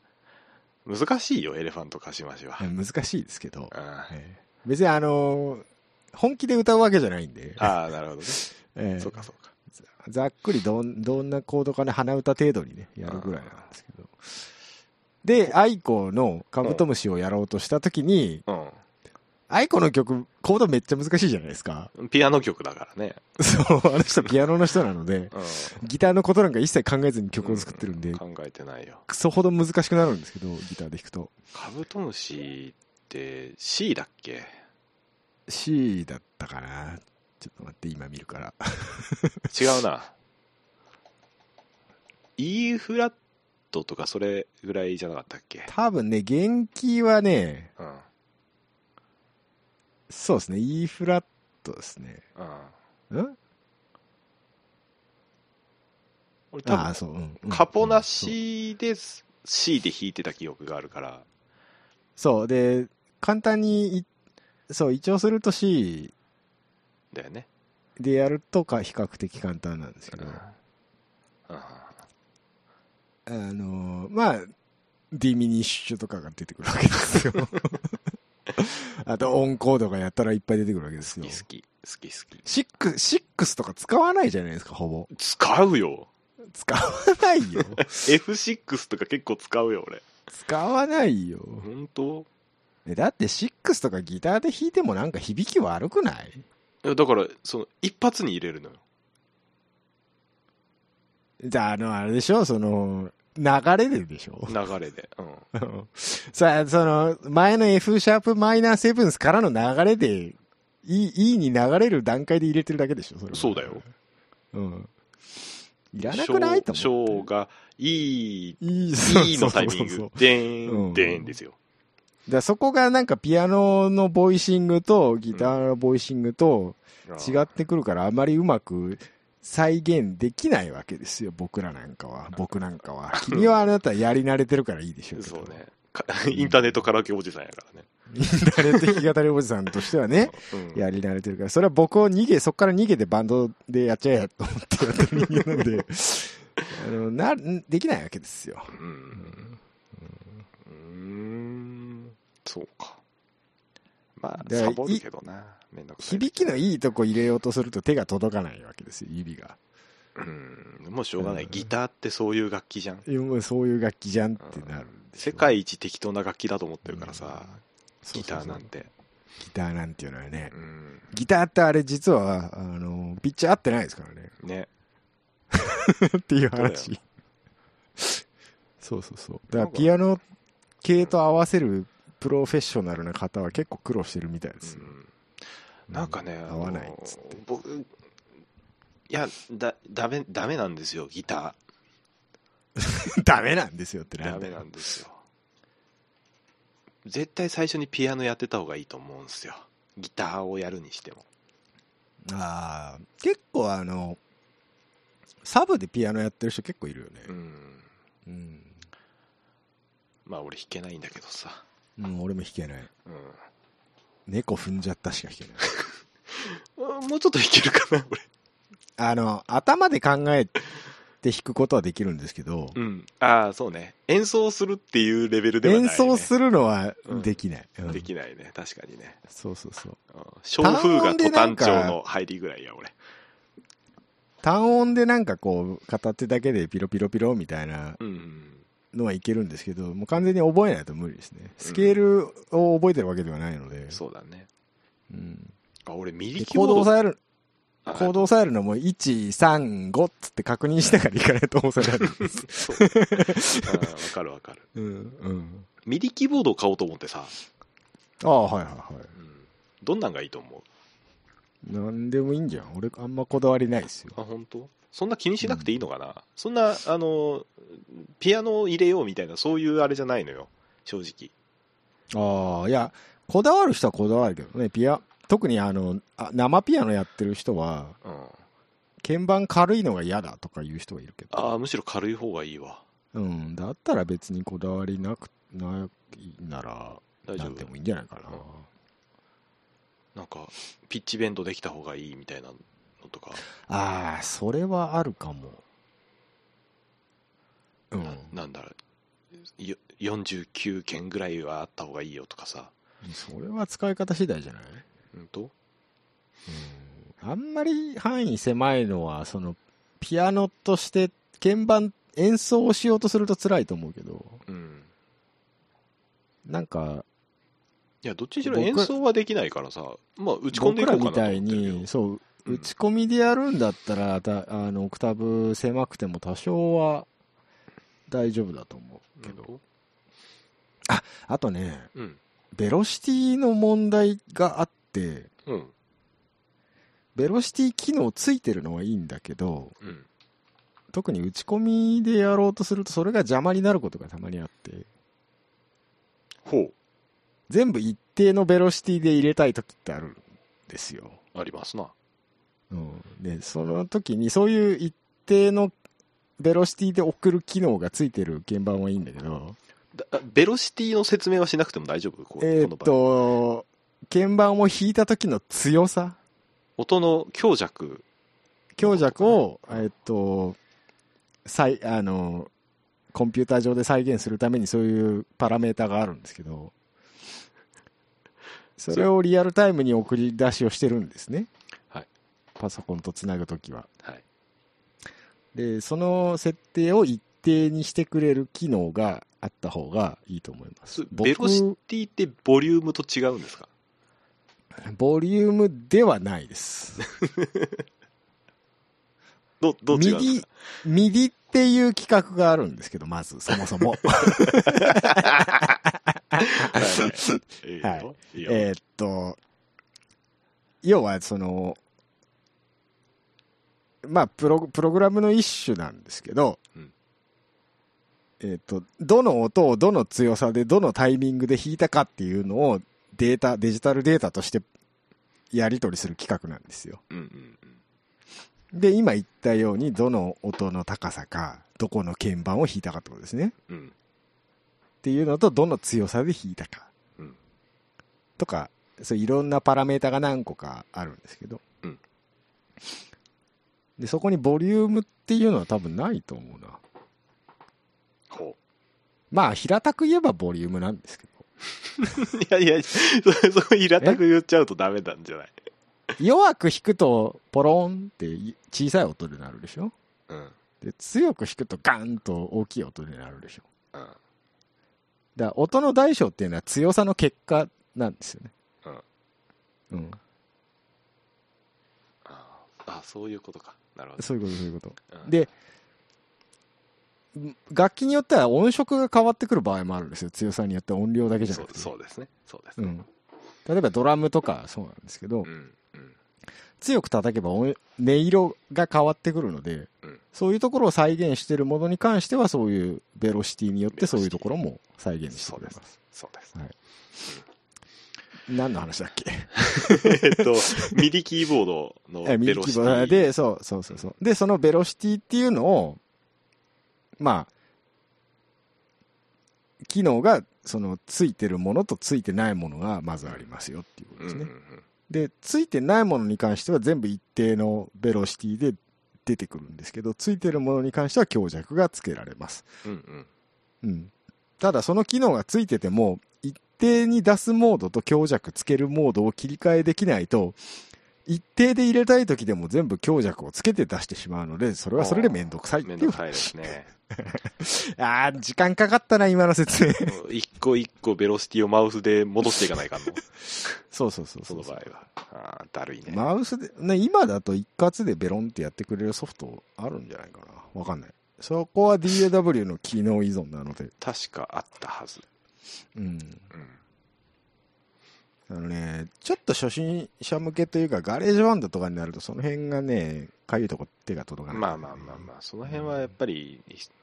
難しいよ、エレファントカシマシは。うん難しいですけど。あええ別にあのー本気で歌うわけじゃないんで。あー、なるほどね。そええうかそうか。ざっくりどんどんなコードかね、鼻歌程度にね、やるぐらいなんですけど。で、アイコのカブトムシをやろうとしたときに、アイコの曲、コードめっちゃ難しいじゃないですか。 うん。ピアノ曲だからね。そう、あの人ピアノの人なので、うん。ギターのことなんか一切考えずに曲を作ってるんで、考えてないよ。クソほど難しくなるんですけど、ギターで弾くと。カブトムシって C だっけ C だったかな。ちょっと待って、今見るから。違 うな。E フラットとかそれぐらいじゃなかったっけ多分ね、元気はね、うん。うん。そうですね、E フラットですね。ん俺多ああ、分、そう、うんうんカポうなんそう C で C で弾いてた記憶があるから。そう、で、簡単にい、そう、一応すると C だよね。でやるとか、比較的簡単なんですけど、あうん。のー、まあ、ディミニッシュとかが出てくるわけです よ。あと、オンコードがやったらいっぱい出てくるわけです好よ。き好き。好き好き。シックシックスとか使わないじゃないですか、ほぼ。使うよ。使わ ないよ。 F6 とか結構使うよ、俺。使わないよ。本当えだって、シックスとかギターで弾いてもなんか響き悪くないいやだから、その、一発に入れるのよ。じゃあ、あの、あれでしょその、流れるでしょ 流れで。うん。さあ、その、前の F シャープマイナーセブンスからの流れで、E, e に流れる段階で入れてるだけでしょそれはそうだよ。うん。いらなくないとショーショ思ーう。が、いい、いいいいのタイミンそうそうそうグ。でー、うんんでーんですよ。だからそこがなんかピアノのボイシングとギターのボイシングと違うっん。てくるからあまりうまく再現できないわけですよ、僕らなんかは。僕なんかは。君はあなたやり慣れてるからいいでしょけどそう。ね。か インターネットカラオケおじさんやからね。慣れて弾き語りおじさんとしては ね、うんやり慣れてるから。それは僕を逃げ、そこから逃げてバンドでやっちゃえやと思ってやってる人間なんで、 あのな、できないわけですよ。うん。うーん。そうか。まだあ、からサボるけどな。めんどくさい。響きのいいとこ入れようとすると手が届かないわけですよ、指が。うん。もうしょうがなうい。んギターってそういう楽器じゃん。いやもうそういう楽器じゃんっうんてなるんでしょ世界一適当な楽器だと思ってるからさ、そうギそうタそうーなんて。ギターなんていうのはねうん。ギターってあれ実はあのピッチャー合ってないですからねね。っていうそ話そうそうそうだからなんかピアノ系と合わせるプロフェッショナルな方は結構苦労してるみたいですよ、うんなんかね、合わないっあのつって僕、いや、だ、だめ、だめなんですよ、ギタ ダメなんですよってー。なダんだメよなんですよ。絶対最初にピアノやってた方がいいと思うんですよ。ギターをやるにしても。あー結構あのサブでピアノやってる人結構いるよねうん。うん、まあ、俺弾けないんだけどさ。うん、俺も弾けないうん。猫踏んじゃったしか弾けない もうちょっと弾けるかな、俺。あの、頭で考えて弾くことはできるんですけど、うん。ああ、そうね。演奏するっていうレベルではない、演ね。奏するのはできない。うんできないね。確かにね。そうそうそう。うん小風がト単単音で調なんの入りぐらいや、俺。単音でなんかこう、片手だけでピロピロピロみたいなうん。のはいけるんですけど、もう完全に覚えないと無理ですね。スケールを覚えてるわけではないので、そうだね。うんあ、俺、ミリでキボコードード。を押さえる、あコードを押さえるのも1、3、5っつって確認してからいかないと押さえられるんです。そう。うんわかるわかる。 うん、うん。ミリキボードを買おうと思ってさ、ああ、はいはいはい。うんどんなんがいいと思なんでもいいんじゃん。俺、あんまこだわりないですよう。あ、本当？そんな気にしなくていいのかな、そんな、あの、ピアノを入れようみたいな、そういうあれじゃないのよ。正直。ああ、いや、こだわる人はこだわるけどね、ピア、特にあの、あ生ピアノやってる人は、うん。鍵盤軽いのが嫌だとか言う人がいるけど、ああ、むしろ軽い方がいいわ。うん、だったら別にこだわりなく、ないなら、大丈なん夫で。もいいんじゃないかな。なんか、ピッチベンドできた方がいいみたいなのとか、ああ、それはあるかも。うん。ななんだろう、よ49件ぐらいはあった方がいいよとかさ。それは使い方次第じゃないうんとうんあんまり範囲狭いのは、その、ピアノとして鍵盤演奏をしようとすると辛いと思うけど、うん。なんか、いや、どっちにしろ僕演奏はできないからさ、まあ、打ち込んでい僕こらうかなみと思ったているけどに、そう、うん打ち込みでやるんだったら、だあの、オクターブ狭くても多少は大丈夫だと思うけど。うんあとね、うん。ベロシティの問題があっって、うん。ベロシティ機能ついてるのはいいんだけど、うん。特に打ち込みでやろうとすると、それが邪魔になることがたまにあって、ほ全部一定のベロシティで入れたい時ってあるんですよ。う。ありますな。うん、でその時にそういう一定のベロシティで送る機能がついてる鍵盤はいいんだけどだベロシティの説明はしなくても大丈夫こうえーこのっ場合。と鍵盤を弾いた時の強さ音の強弱。強弱をえーっと再あのコンピューター上で再現するためにそういうパラメータがあるんですけどそれをリアルタイムに送り出しをしてるんですね、はいパソコンとつなぐ時ははい。でその設定を一定にしてくれる機能があった方がいいと思いますすベロシティってボリュームと違うんですかボリュームではないですど どう違ミデうんィですかミディっていう規格があるんですけどまずそもそ も はいはいはいいよ。いいよえーっと要はそのまあプロプログラムの一種なんですけど、うんえーっとどの音をどの強さでどのタイミングで弾いたかっていうのをデータデジタルデータとしてやり取りする企画なんですようんうんうん。で今言ったようにどの音の高さかどこの鍵盤を弾いたかってことですねうん。っていうのとどの強さで弾いたかうんとかそういろんなパラメータが何個かあるんですけど、うんでそこにボリュームっていうのは多分ないと思うなほまあ平たく言えばボリュームなんですけどう。いやいや、そ そこ平たく言っちゃうとダメなんじゃない弱く弾くとポロンって小さい音になるでしょうん。で強く弾くとガーンと大きい音になるでしょうん。だから音の大小っていうのは強さの結果なんですよねうん、ああ、そういうことか。なるほど。そういうことそういうことうんでん楽器によっては音色が変わってくる場合もあるんですよ強さによって音量だけじゃそなうくてそうですね。そうですうね。ん、例えばドラムとかそうなんですけど、うん。うん。強く叩けば音音色が変わってくるので、うんそういうところを再現しているものに関してはそういうベロシティによってそういうところも再現してくれますそうです。何の話だっけ えっと、ミディキーボードえのミベディロキシーテボードィ。でそうそうそうそうでそのベロシティっていうのをまあ機能がそのついてるものとついてないものがまずありますよっていうことですうんうね、んうんでついてないものに関しては全部一定のベロシティで出てくるんですけどついてるものに関しては強弱がつけられます、うんうん。うん、ただその機能がついてても一定に出すモードと強弱つけるモードを切り替えできないと一定で入れたい時でも全部強弱をつけて出してしまうのでそれはそれで面倒くさいっていめうんどくさいですね。 あー時間かかったな今の説明もう一個一個ベロシティをマウスで戻していかない かんの。 そうそうそうそそのう場合は。ああ、だるいね。マウスで、ね、今だと一括でベロンってやってくれるソフトあるんじゃないかな。わかんない。そこは DAW の機能依存なので。確かあったはず。うん。うん。あのね、ちょっと初心者向けというか、ガレージバンドとかになると、その辺がね、かゆいとこ手が届かない、まあまあまあまあ、その辺はやっぱり、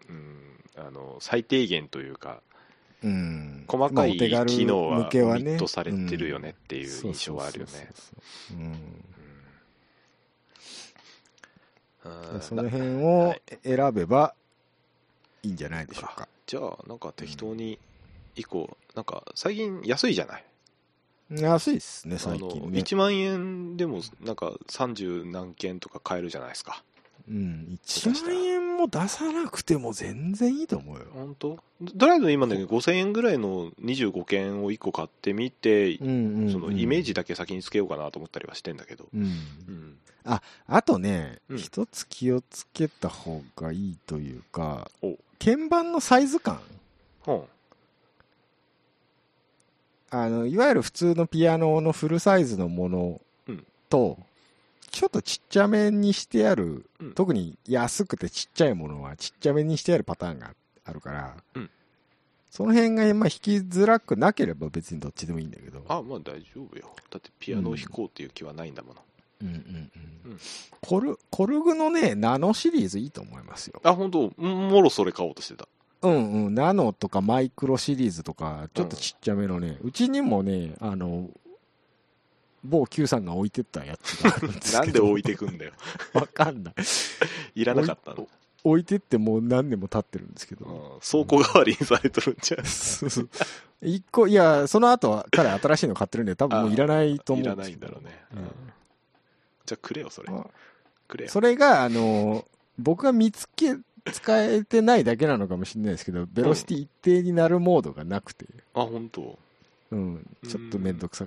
うん、あの、最低限というか、あ。うん。細かいまあお手軽機能は向ミけットされてるよねってていう印象はあるよね。うん。うんうんその辺をはい選べばいいんじゃないでしょうか。じゃあ、なんか適当に以降、なんか最近安いじゃない安いっすね、あの最近ね。 1万円でもなんか30何件とか買えるじゃないですかうん、1万円も出さなくても全然いいと思うよ。本当ドライブ今ね5000円ぐらいの25件を1個買ってみて、うんうんそのイメージだけ先につけようかなと思ったりはしてんだけど、うん、うんあとね、うん一つ気をつけた方がいいというかお鍵盤のサイズ感うんあのいわゆる普通のピアノのフルサイズのものうんと、ちょっとちっちゃめにしてある、うん特に安くてちっちゃいものはちっちゃめにしてあるパターンがあるから、うんその辺が、まあ、弾きづらくなければ別にどっちでもいいんだけど。あまあ大丈夫よだってピアノを弾こうっていう気はないんだもの、うんうんううんん。コル、コルグのね、ナノシリーズいいと思いますよ。あ本当もろそれ買おうとしてたうんうん。ナノとかマイクロシリーズとか、ちょっとちっちゃめのね、うちにもね、あの、某 Q さんが置いてったやつがあるんですけど。なんで置いててくんだよ わかんない。いらなかったの、置いてってもう何年も経ってるんですけど。うん、倉庫代わりにされとるんじゃんそうそう 一個、いや、その後は彼新しいの買ってるんで、多分もういらないと思いうらんでなすけいんど。だろうね、うんうんじゃあくれよそれまあくれよそれが、あの、僕が見つけ、使えてないだけなのかもしれないですけど、ベロシティ一定になるモードがなくて、あ本当うん、ちょっとめんどくさ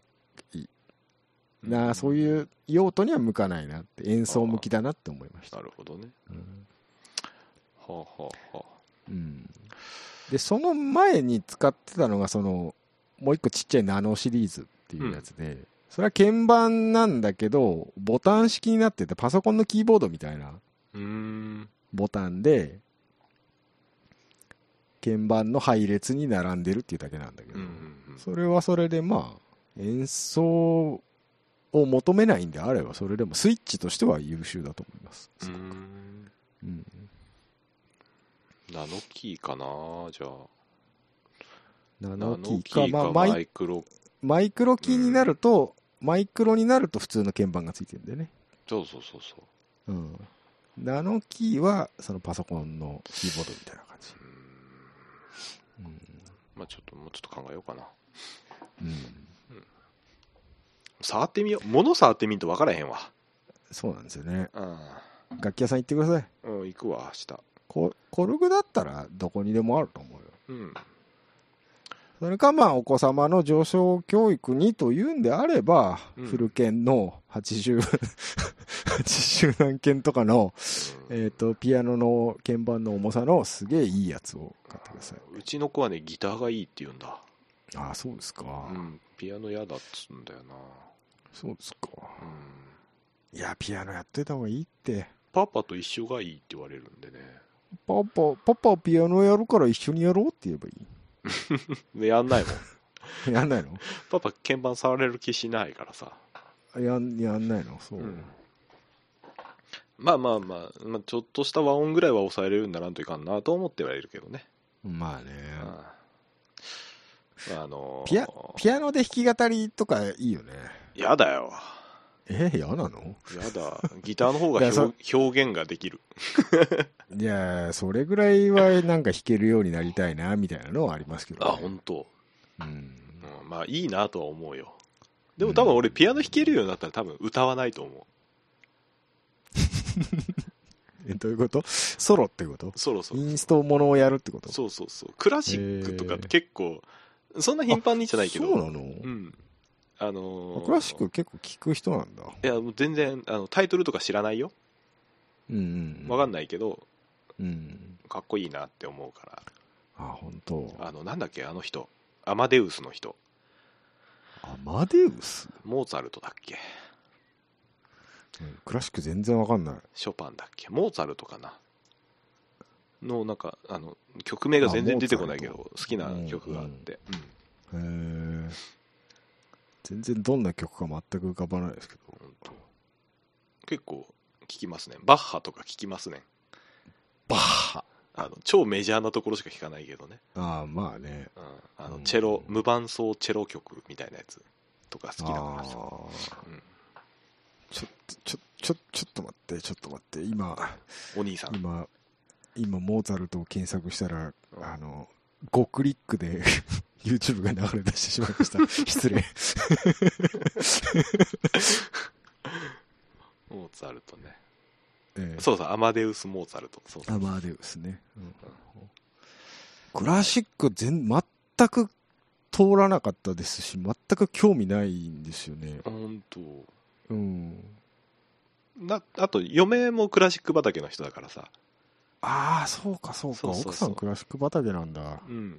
いな、うんそういう用途には向かないなって、演奏向きだなって思いましたな。るほどねうんはあはあはあうんで、その前に使ってたのが、その、もう一個ちっちゃいナノシリーズっていうやつで、それは鍵盤なんだけど、ボタン式になってて、パソコンのキーボードみたいなうーんボタンで、鍵盤の配列に並んでるっていうだけなんだけうんど、うんうんそれはそれでまあ、演奏を求めないんであれば、それでもスイッチとしては優秀だと思います。うーんうんナノキーかなじゃあナナノノキーキか、ーまかあ、ママイイクロマイクロキーになると、マイクロになると普通の鍵盤がついてるんでね。そうそうそうそううん。ナノキーは、そのパソコンのキーボードみたいな感じ。うーんうんまあちょっともうちょっと考えようかなうん。触ってみよう物触ってみんと分からへんわそうなんですよね。う楽器屋さん行ってください。ん、うん、行くわ明ココルグだったらどこにでもあると思うよ。日うんそれかまあお子様の上昇教育にというんであれば、うんフル剣の80、80何件とかの、えっ、と、ピアノの鍵盤の重さのすげえいいやつを買ってください。うちの子はねギターがいいって言うんだああ、そうですか。うんピアノ嫌だっつうんだよなそうですか。うんいや、ピアノやってた方がいいって。パパと一緒がいいって言われるんでねパパ、パパピアノやるから一緒にやろうって言えばい でやんないもんい。やんないのパパ鍵盤触れる気しないからさ、やん、やんないのそう。うんまあまあまあ、まあ、ちょっとした和音ぐらいは抑えれるようにならんといかんなと思ってはいるけどね、まあね。うんまああのーピアピアノで弾き語りとかいいよね。やだよえ、嫌なのやだギターの方いがやそ表表現ができるいやー、それぐらいはなんか弾けるようになりたいな、みたいなのはありますけど、あ本当、うん。うん、まあいいなとは思うよでも多分俺ピアノ弾けるようになったら多分歌わないと思え、どういうことソロってことうそろそろインストものをやるってことそうそうそうクラシックとかって結構、そんな頻繁にじゃないけどそうなの、うんあのークラシック結構聴く人なんだ。いやもう全然あのタイトルとか知らないようんうん。わかんないけど、うん。かっこいいなって思うかあ、本当。らあのなんだっけあの人アマデウスの人アマデウスモーツァルトだっけうんクラシック全然わかんない。ショパンだっけモーツァルトかなのなんかあの曲名が全然出てこないけあモど好きな曲があって、うんへー全然どんな曲か全く浮かばないですけど。ほんと結構聴きますねバッハとか聴きますねバッハあの超メジャーなところしか聴かないけどね、ああ、まあね。うん、あのうんチェロ、無伴奏チェロ曲みたいなやつとか好きだからさ、あーうんちょっと、ちょ、ちょ、ちょっと待って、ちょっと待って。今、お兄さん今、今、モーツァルトを検索したら、あの、5クリックで YouTube が流れ出してしまいました。失礼。モーツァルトねええそうそうアマデウス・モーツァルトそうそうアマーデウスね。クラシック全、全く通らなかったですし、全く興味ないんですよね。本当うん。なあと嫁もクラシック畑の人だからさああ、そうかそうかそうそうそう奥さんクラシック畑なんだ。うん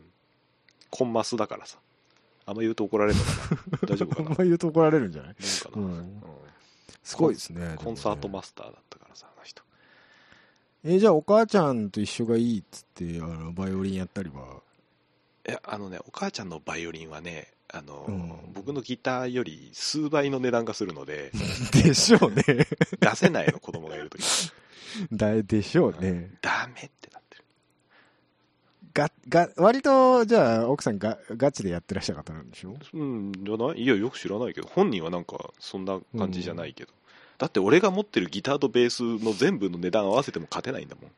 コンマスだからさあんま言うと怒られるのか な大丈夫あかんなま言うと怒られるんじゃないなんかうな、うんん。すごいですね。でもねコンサートマスターだったからさあの人えーじゃあお母ちゃんと一緒がいいっつって、あの、バイオリンやったりはいやあのねお母ちゃんのバイオリンはねあの、うん僕のギターより数倍の値段がするので でしょうね。 出せないの子供がいるときだでしょうね。ダメってなってるが、が、割と、じゃあ、奥さんが、ガチでやってらっしゃる方なんでしょうんじゃないいやよく知らないけど本人はなんかそんな感じじゃないけど、だって俺が持ってるギターとベースの全部の値段合わせても勝てないんだもん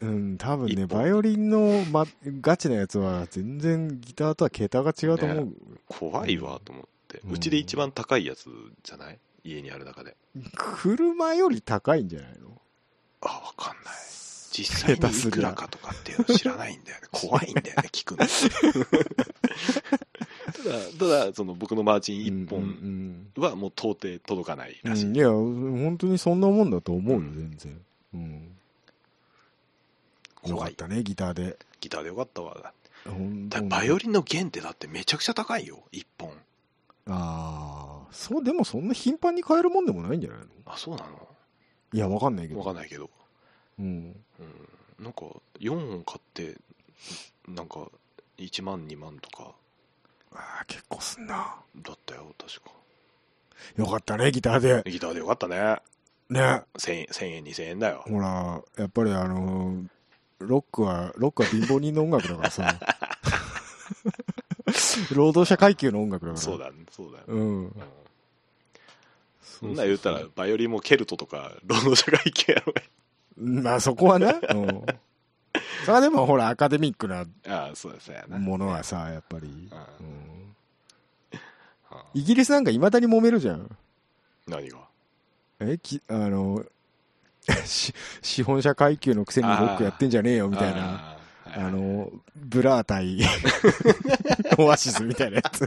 うん、多分ね、一本バイオリンの、ま、ガチなやつは、全然ギターとは桁が違うと思う。怖いわと思って、ううんちで一番高いやつじゃない家にある中で車より高いんじゃないのあわかんない実際にいくらかとかっていうの知らないんだ よね怖いんだよね聞くのただただその僕のマーチン1うんう本んはもう到底届かないうんらしい、うんいや、本当にそんなもんだと思うよ、うん全然。うん。よか怖っいたね、ギターで。ギターでよかったわ本だ当にバイオリンの弦ってだってめちゃくちゃ高いよ1本ああ、そう、でもそんな頻繁に変えるもんでもないんじゃないのあそうなのいや、わかんないけど。わかんないけど、うん。うん、なんか4本買ってなんか1万2万とかああ、結構すんな。だったよ確かよかったね、ギターで。ギターでよかったねね。 1000円1000円2000円だよほら、やっぱりあのーロックは、ロックは貧乏人の音楽だから さ。労働者階級の音楽だから。そう。だねそうだよ、うん。うんそそんなん言ったら、バイオリンもケルトとか、労働者階級やろ まあそこはね。うん。それはでもほら、アカデミックなが。ああ、そうですやな。ものはさ、やっぱり。うんうんはあイギリスなんか未だに揉めるじゃん。何がえきあの し資本者階級のくせにロックやってんじゃねえよみたいなあ。あーはいはいのブラー対 オアシスみたいなやつ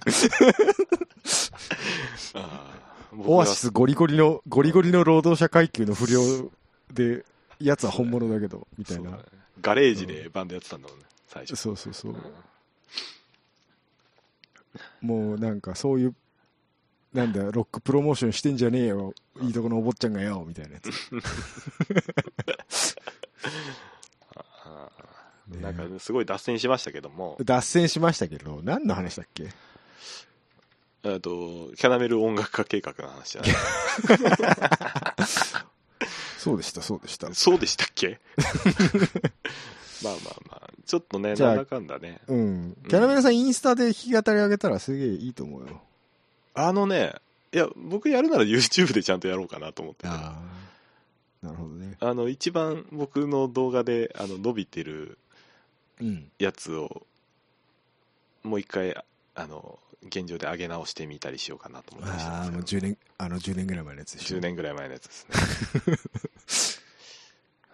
あー僕オはアシスゴリゴリのゴリゴリの労働者階級の不良でやつは本物だけどみたいそうだなねガレージでバンドやってたんだもんね、最初。そうそうそううんもうなんかそういうなんだロックプロモーションしてんじゃねえよいいとこのお坊ちゃんがよみたいなやつあーね なんかねすごい脱線しましたけども、脱線しましたけど何の話だっけえっと、キャナメル音楽家計画の 話じゃないそうでしたそうでしたそうでしたっけ まあまあまあ、ちょっとね、じゃなあんだかんだね。うん。キャラメルさん、インスタで弾き語り上げたらすげえいいと思うよ。あのね、いや、僕やるなら YouTube でちゃんとやろうかなと思っててあ。なるほどね。あの一番僕の動画であの伸びてるうん。やつをもう一回あの現状で上げ直してみたりしようかなと思ってましたああ、もう10年、あの10年ぐらい前のやつでしょ。 10。年ぐらい前のやつですね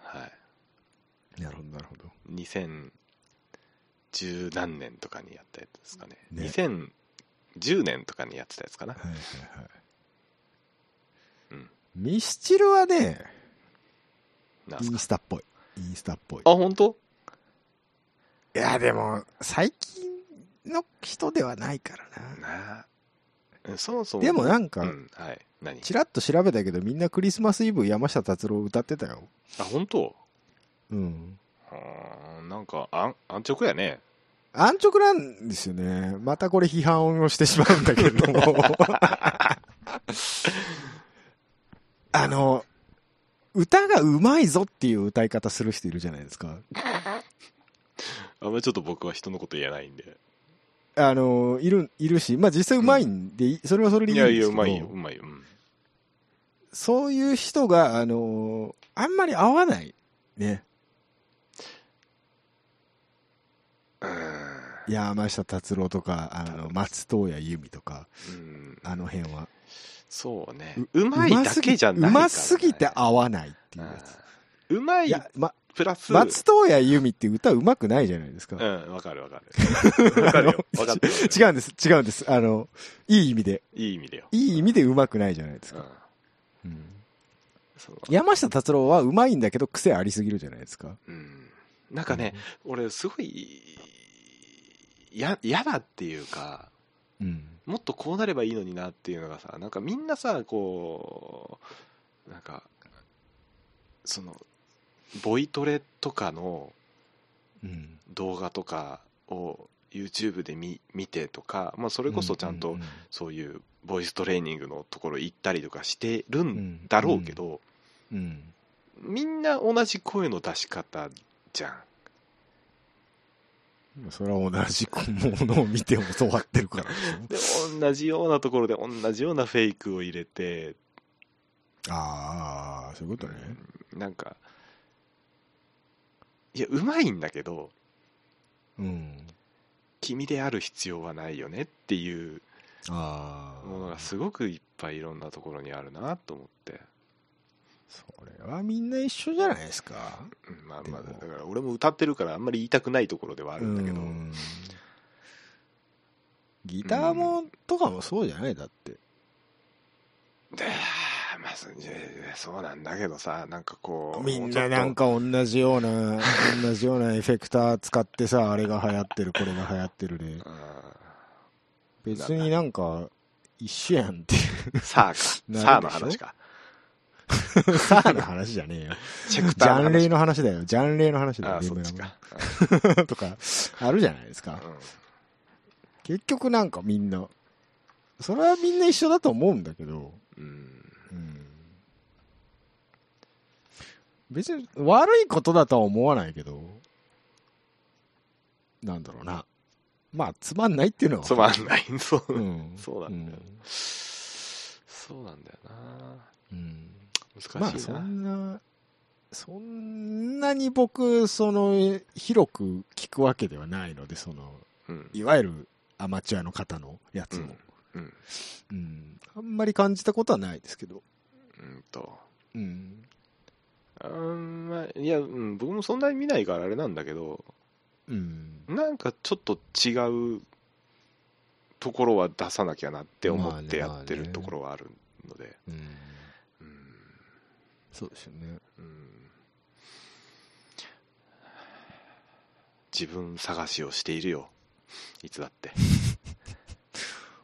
はいなるほど、なるほど。 2010何年とかにやったやつですかねね2010年とかにやってたやつかなはいはいはい。うんミスチルはね、なんイすかンスタっぽい。インスタっぽい。あ本当いや、でも、最近の人ではないからな。なあそもそもでもなんか、うんはい何ちらっと調べたけど、みんなクリスマスイブ山下達郎歌ってたよ。あ本当うん。はーなんかあん安直やね安直なんですよね。またこれ批判をしてしまうんだけれど も。あの、歌がうまいぞっていう歌い方する人いるじゃないですか。あんまりちょっと僕は人のこと言えないんで。あの、いる、いるし、まあ実際うまいんで、それはそれでいいいんやですいけど。や、うまいよ、うまいよ。うんそういう人が、あの、あんまり合わない。ね。山下達郎とか、あの、松任谷由実とか、うん。あの辺は。そうね。うまいだけじゃないから、うね。ますぎて合わないってういうやんつ。うまいいや、ま、プラス、松任谷由実って歌うまくないじゃないですか。うん、わかるわ かる。わかるよ。わかってる。違うんです、違うんです。あの、いい意味で。いい意味だよ。いい意味でうまくないじゃないですうか。ん。うんそう山下達郎はうまいんだけど癖ありすぎるじゃないですか。うん。なんかね、俺、すごい、や、嫌だっていうか、うん。もっとこうなればいいのになっていうのがさなんかみんなさこうなんかそのボイトレとかのうん。動画とかを YouTube で見見てとか、まあ、それこそちゃんとうそういうボイストレーニングのところ行ったりとかしてるうんんだろうけど、うんうんみんな同じ声の出し方じゃん。うんそれは同じものを見て教わってるからでしょで、同じようなところで同じようなフェイクを入れて、ああそういうことねなんか、いや、うまいんだけど、うん君である必要はないよねっていうああものがすごくいっぱいいろんなところにあるなと思って。それはみんな一緒じゃないですかうんまあでもまあ、だから俺も歌ってるからあんまり言いたくないところではあるんだけうど、んギターもとかもそうじゃないだってでまあそいやいやそうなんだけどさなんかこうみんななんか同じよう な同じようなエフェクター使ってさあれが流行ってるこれが流行ってるでもうちょっと別になんか一緒やんっていうんさあか なるでしょさあの話かうさあの話じゃねえよチェクジターャのンレ話イの話だよジャンレイの話だあよあゲそーっムちの か、とかあるじゃないですかうん結局なんかみんなそれはみんな一緒だと思うんだけどうんうん別に悪いことだとは思わないけど、なんだろうな。まあ、つまんないっていうのは。つまんないそう、うん。そうなうんだよ、んそうなんだよなうんまあ、難しいそな、んな、そんなに僕、その、広く聞くわけではないので、その、うんいわゆるアマチュアの方のやつも。うんうん。あんまり感じたことはないですけど。うんとうん。あんまいや、うん、僕もそんなに見ないからあれなんだけどうん。なんかちょっと違うところは出さなきゃなって思ってやってるところはあるので、うん。うんそうですよね。うん自分探しをしているよいつだって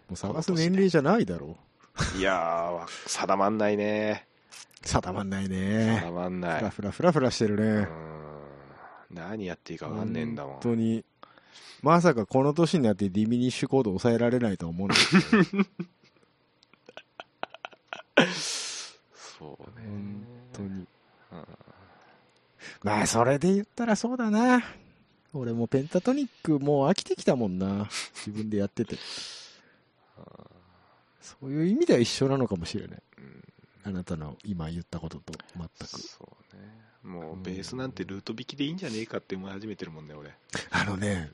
もう探す年齢じゃないだろいやーわ定まんないねう。定まんないね定。まんない、ふらふらふらふらしてるうね。ん何やっていいかわかんねえんだもん本当に。まさかこの年になってディミニッシュコード抑えられないとは思 うんだけどそうね本当に。うんまあ、それで言ったらそうだな。俺もペンタトニックもう飽きてきたもんな。自分でやってて。そういう意味では一緒なのかもしれない。うんあなたの今言ったことと全く。そうねもうベースなんてルート引きでいいんじゃねえかって思い始めてるもんね俺、あのね、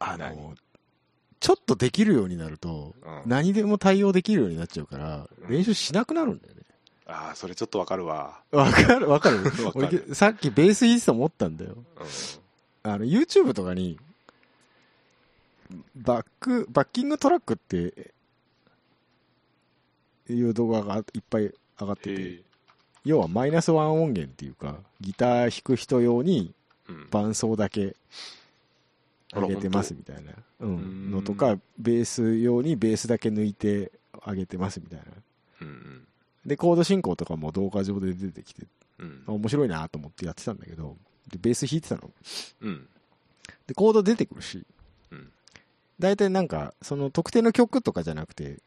あ何の、ちょっとできるようになると、うん何でも対応できるようになっちゃうからう、ん練習しなくなるんだよね。ああそれちょっとわかるわ、わか る、わかるわ。か俺る、さっきベース弾いてて思ったんだよ。うんあの、YouTube とかに、バック、バッキングトラックって、いう動画がいっぱい上がってて、え要はマイナスワン音源っていうか、ギター弾く人用にーうん伴奏だけあ上らげてますみたいな、う、うんんのとか、ベース用にベースだけ抜いて上げてますみたいな。うんで、コード進行とかも動画上で出てきてうん面白いなと思ってやってたんだけど、で、ベース弾いてたの。うんで、コード出てくるし、うん大体なんか、その特定の曲とかじゃなくて、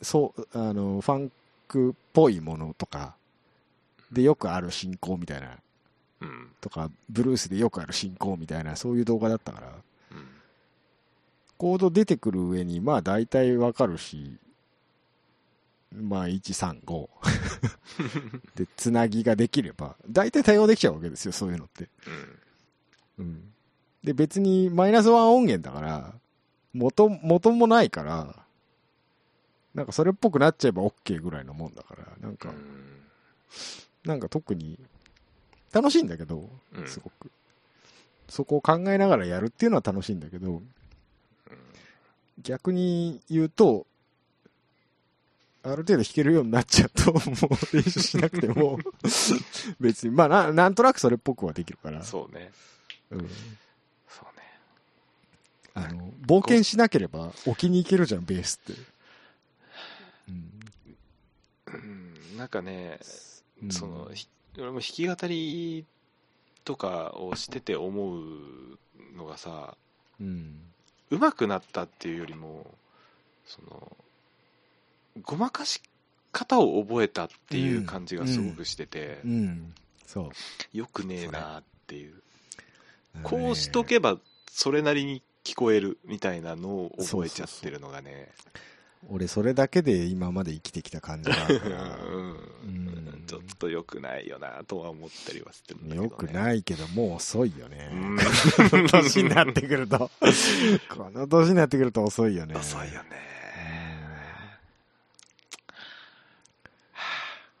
そう、あの、ファンクっぽいものとか、で、よくある進行みたいな、うんとか、ブルースでよくある進行みたいな、そういう動画だったから、うんコード出てくる上に、まあ大体わかるし、まあ1、3、5。で、つなぎができれば、大体対応できちゃうわけですよ、そういうのって。うんうん。で、別にマイナスワン音源だから、元、元もないから、なんかそれっぽくなっちゃえば OK ぐらいのもんだから、なんか、なんか特に、楽しいんだけど、うんすごく。そこを考えながらやるっていうのは楽しいんだけど、逆に言うと、ある程度弾けるようになっちゃうと、もう練習しなくても、 別に、まあな、なんとなくそれっぽくはできるから、そうねうんそうねあの、冒険しなければ置きに行けるじゃん、ベースって。うんうんなんかねうんそのひ俺も弾き語りとかをしてて思うのがさうん。上手くなったっていうよりもそのごまかし方を覚えたっていう感じがすごくしてて、うん。そう。よくねえなっていう、あのねこうしとけばそれなりに聞こえるみたいなのを覚えちゃってるのがね俺、それだけで今まで生きてきた感じがあるから。 うんうんちょっとよくないよなとは思ったりはしてるんだけど、ね、よくないけど、もう遅いよねう。ん年になってくる と、この年になってくると遅いよね。遅いようん。ね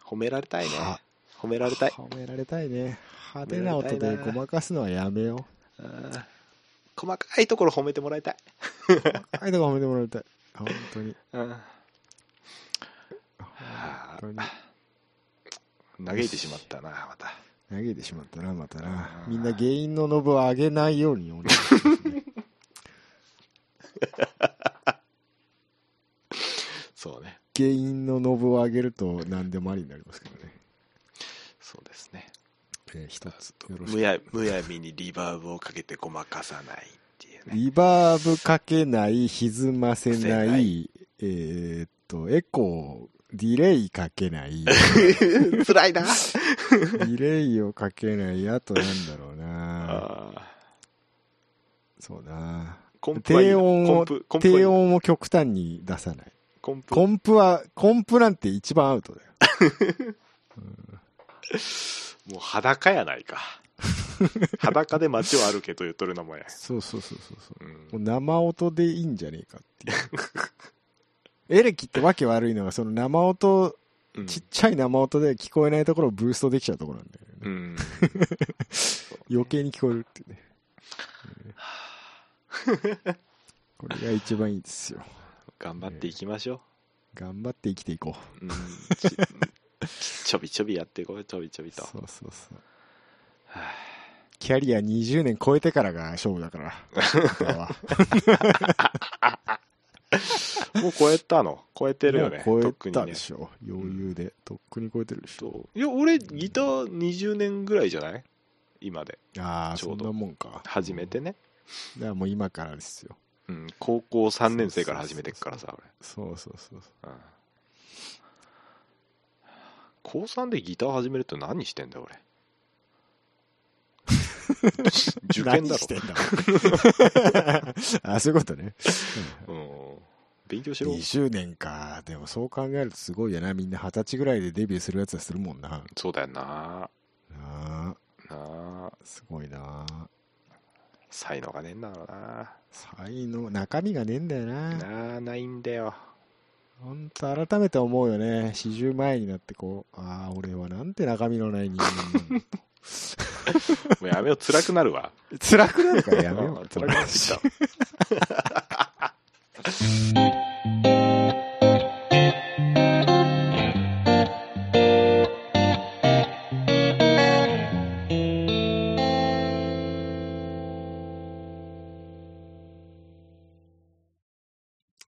褒められたいねは褒められたい褒められたいね。派手な音でごまかすのはやめようん細かいところ褒めてもらいたい、う。はい、とか褒めてもらいたい。本当に。うん、本当に。嘆いてしまったなまた投げてしまったな、またな。うんみんな原因のノブを上げないようにお願いします ねそうね原因のノブを上げると何でもありになりますからね。そうですねえー一つよろしむく。やむやみにリバーブをかけてごまかさないっていうねリバーブかけない、歪ませせな、ないえーっと、エコー、ディレイかけない、 辛いなディレイをかけない、あとなんだろうな。そうな。コンプはいい低な音コをンプコン、プはいい低な音を極端に出さない。コンプコンプは、コンプなんて一番アウトだよ。もう裸やないか裸で街を歩けと言っとる名前、そうそうそうそうそう。うんもう生音でいいんじゃねえかっていう。エ レキってわけ悪いのが、その生音、うんちっちゃい生音で聞こえないところをブーストできちゃうところなんだよね。うん余計に聞こえるっていうね。これが一番いいですよ。頑張っていきましょ頑張って生きていこ う、うん、ちちょびちょびやっていこうちょびちょびう。とそうそうそう。はあ キャリア20年超えてからが勝負だから。僕らはもう超えたの超えてるよねもう特超えにたねでしょ。余裕で。とっくに超えてるでしょ。そういや俺ギター20年ぐらいじゃない今でああ、ちそょうんどなもんか。始めてね、だからもう今からですよ。うん、高校3年生から始めてっからさそうそうそうそう。俺、うん、高3でギター始めると何してんだよ 俺受験だ何ろしてんだろ あそういうことね。うん、勉強しろ20年か。でもそう考えるとすごいよな。みんな二十歳ぐらいでデビューするやつはするもんな。なそうだよなあ、なあすごいな。才能がねえんだろうな才能、中身がねえんだよな。なあないんだよほんと改めて思うよね。四十前になってこう、ああ、俺はなんて中身のない人間なんだ。もうやめよう辛くなるわ 辛くなるからやめよ うう。ん辛くなってきたわ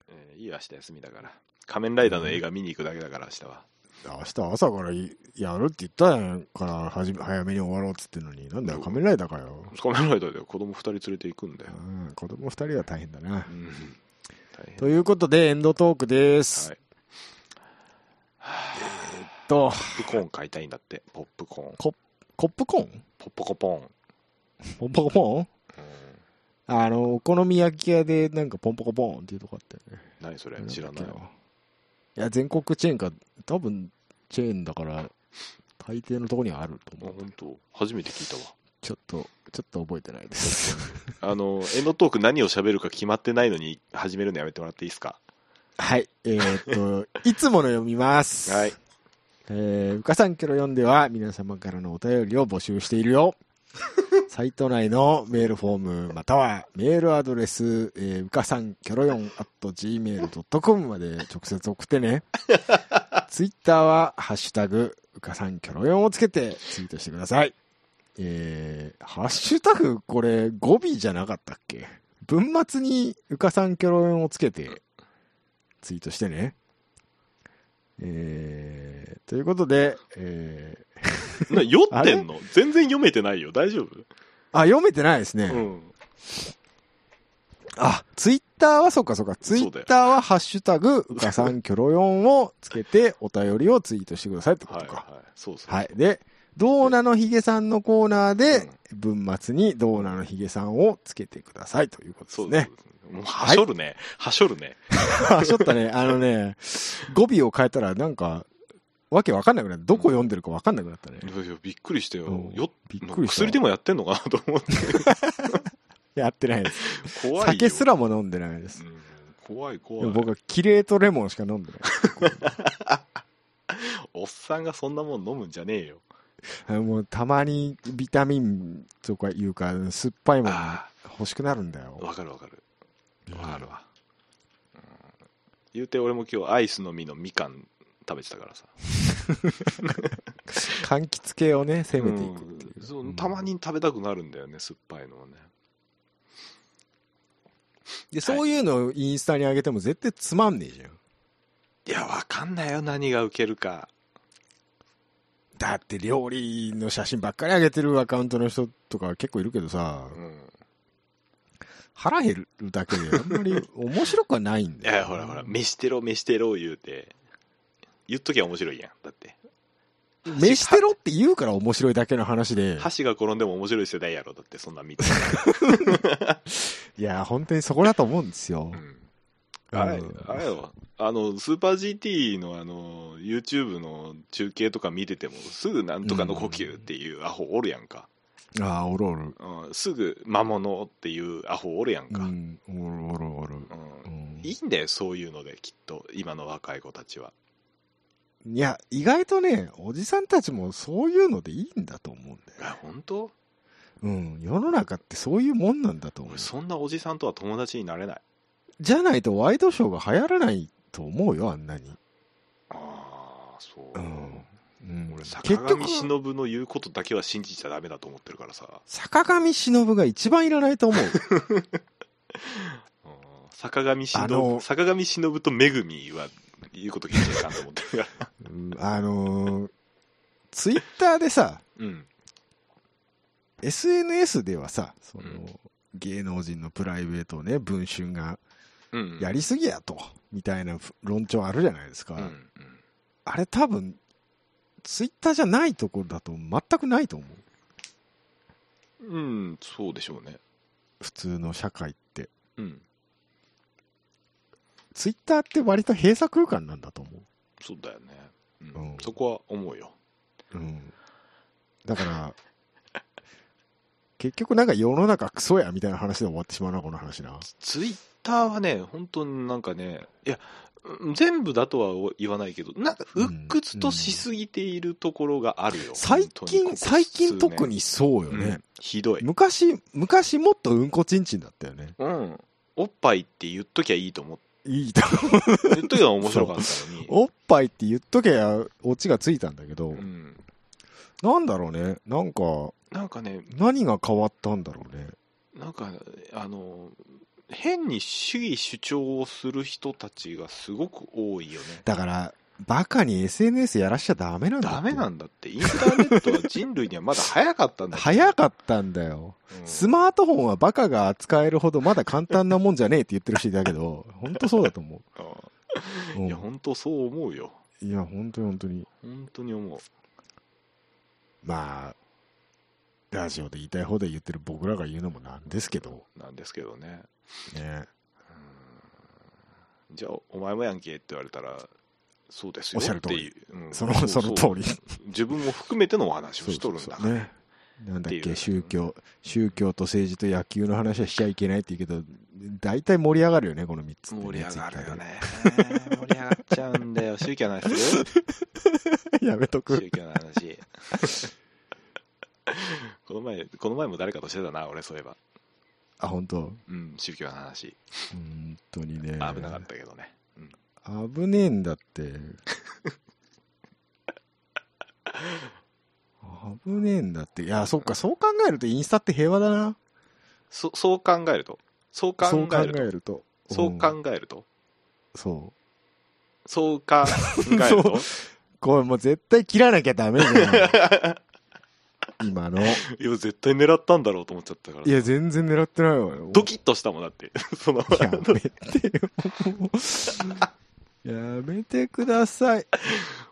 えーいいよ明日休みだから仮面ライダーの映画見に行くだけだから明日は明日朝からいやるって言ったやんからはじめ早めに終わろうっつってんのになんだよ仮面ライダーかよ、仮面ライダーで子供2人連れて行くんだよ、うん、子供二人は大変だなうん、大変ということでエンドトークです、はいえっとポップコーン買いたいんだってポップコーンコップコーンポッポコポーン、ポンポコポーンうんあのお好み焼き屋でなんかポンポコポーンっていうとこあったよね何それ知らないわいや全国チェーンか多分チェーンだから大抵のとこにはあるとあ思う本当初めて聞いちょっとちょっと覚えてないですたわあのエンドトーク何を喋るか決まってないのに始めるのやめてもらっていいですかはい。えーっと、いつもの読みます。はい。えー、うかさんキョロ読んでは皆様からのお便りを募集しているよ。サイト内のメールフォームまたはメールアドレス、えー、うかさんキョロ4 at gmail.com まで直接送ってね。ツイッターはハッシュタグうかさんキョロ4をつけてツイートしてください。えー、ハッシュタグこれ語尾じゃなかったっけ文末にうかさんキョロ4をつけてツイートしてね。えー、ということで、えー、な酔ってんの全然読めてないよ大丈夫あ、読めてないですね。うんあ、ツイッターは、そうかそうか、ツイッターは、ハッシュタグ、うかさんきょろよんをつけて、お便りをツイートしてくださいってこはいとか。はい。そうそうそう。はい。で、ドーナのひげさんのコーナーでうん、文末にドーナのひげさんをつけてくださいということそでうすですねね。。もう、はしょるね。はしょるね。あ、ちょっとね、あのね、語尾を変えたらなんか、わけわかんなくなった。どこ読んでるかわかんなくなったね。いやいやびっくりしたうよん。よびっくりした。薬でもやってんのかなと思 って。やってないです。怖いよ。酒すらも飲んでないですう。ん。怖いで怖もい。僕はキレートレモンしか飲んでない。 おっさんがそんなもん飲むんじゃねえよ。あのもうたまにビタミンとかいうか、酸っぱいものがあ欲しくなるんだあ、よ。わかるわかる。わかるわ。うん言うて俺も今日アイスの実のみかん食べてたからさ。柑橘系をね、攻めていくっていう。うんそうたまに食べたくなるんだよね、酸っぱいのはね。で、そういうのをインスタに上げても絶対つまんねえじゃん。いや、わかんないよ、何がウケるか。だって料理の写真ばっかり上げてるアカウントの人とか結構いるけどさう、ん。腹減るだけであんまり面白くはないんいだよ。や、ほらほら、飯テロ、飯テロ言うて、言っときゃ面白いやん。だって、飯テロって言うから面白いだけの話で、箸が転んでも面白い世代やろ、だって、そん な見て。いや、本当にそこだと思うんですよう。んあれうん、あれよ、あの、スーパー GT のあの、YouTube の中継とか見てても、すぐなんとかの呼吸っていうアホおるやんか。ああ、おるおる。うん、すぐ魔物っていうアホおるやんうか。うんん、おるおるおる。うんいいんだよ、そういうので、きっと、今の若い子たちは。いや、意外とね、おじさんたちもそういうのでいいんだと思うんだよ。あ本当うん、世の中ってそういうもんなんだと思う俺、。そんなおじさんとは友達になれない。じゃないとワイドショーが流行らないと思うよ、あんなに。ああ、そうう。んうん俺、坂結上局、忍の言うことだけは信じちゃダメだと思ってるからさ。坂上忍が一番いらないと思う。 うん坂上あの忍、坂上忍とめぐみは言うこと聞いちゃいかんと思ってる から。うんあのー、ツイッターでさ、うん。 SNS ではさ、その、うん芸能人のプライベートをね、文春がうん。やりすぎやと、みたいな論調あるじゃないですか。うんうん。あれ多分、ツイッターじゃないところだと全くないと思う。うん、そうでしょうね。普通の社会って。うん。ツイッターって割と閉鎖空間なんだと思そうだよね。ううんん。そこは思うよ。う。うん。だから、 結局なんか世の中クソやみたいな話で終わってしまうな、この話な。ツイッターはね、本当になんかね、いや、うん全部だとは言わないけど、なんか、うん鬱屈としすぎているところがあるよ。最本当にこ近、こ最数近年特にそうようねん。ひどい。昔、昔もっとうんこちんちんだったよね。うん。おっぱいって言っときゃいいと思って、いいと 言っときゃ面白かったのに。 おっぱいって言っとけや、オチがついたんだけど、うん。なんだろうね。なんか、なんかね、何が変わったんだろうね。なんか、あの、変に主義主張をする人たちがすごく多いよね。だから、バカに SNS やらしちゃダメなんだって。ダメなんだって、インターネットは人類にはまだ早かったんだって早かったんだよ。うんスマートフォンはバカが扱えるほどまだ簡単なもんじゃねえって言ってる人いたけ ど、本当そうだと思う。うんいや、本当そう思うよ。いや、本当に本当に。本当に思う。まあ、ラジオで言いたい方で言ってる僕らが言うのもなんですけど、なんですけどね。ね。うんじゃあ、お前もやんけって言われたら、そうですよおっしゃるっ通てりいう。うんその、そうそそうの通り。自分も含めてのお話をしとるんだそうかそうら。そうね。なんだっっていけ、う宗教、宗教と政治と野球の話はしちゃいけないって言うけど、大体盛り上がるよね、この3つってね、盛り上がるよ Twitter ね。盛り上がっちゃうんだよ。宗教の 話するで。 やめとく。宗教の話この前この前も誰かとしてたな俺そういえばあ、本当うん宗教の話本当にね。危なかったけどね、うん危ねえんだって。危ねえんだって。いや、そっか、そう考えるとインスタって平和だな。そそう考えるとそう考そう考ええるるとと。そううん考えるとそそう考える と う。これもう絶対切らなきゃダメじゃん。今の。いや、絶対狙ったんだろうと思っちゃったからい。や、全然狙ってないわよ。ドキッとしたもんだって。 その、やめてよ。やめてください。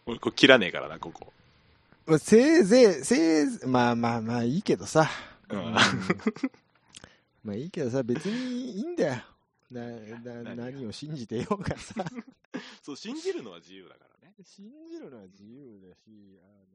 俺これ切らねえからな、ここ。まあせいぜい、せいぜい、まあまあまあいいけどさ。うんうんまあいいけどさ、別にいいんだよ。な、な、何が何を信じてようがさ。 そう、信じるのは自由だからね。信じるのは自由だし、あの、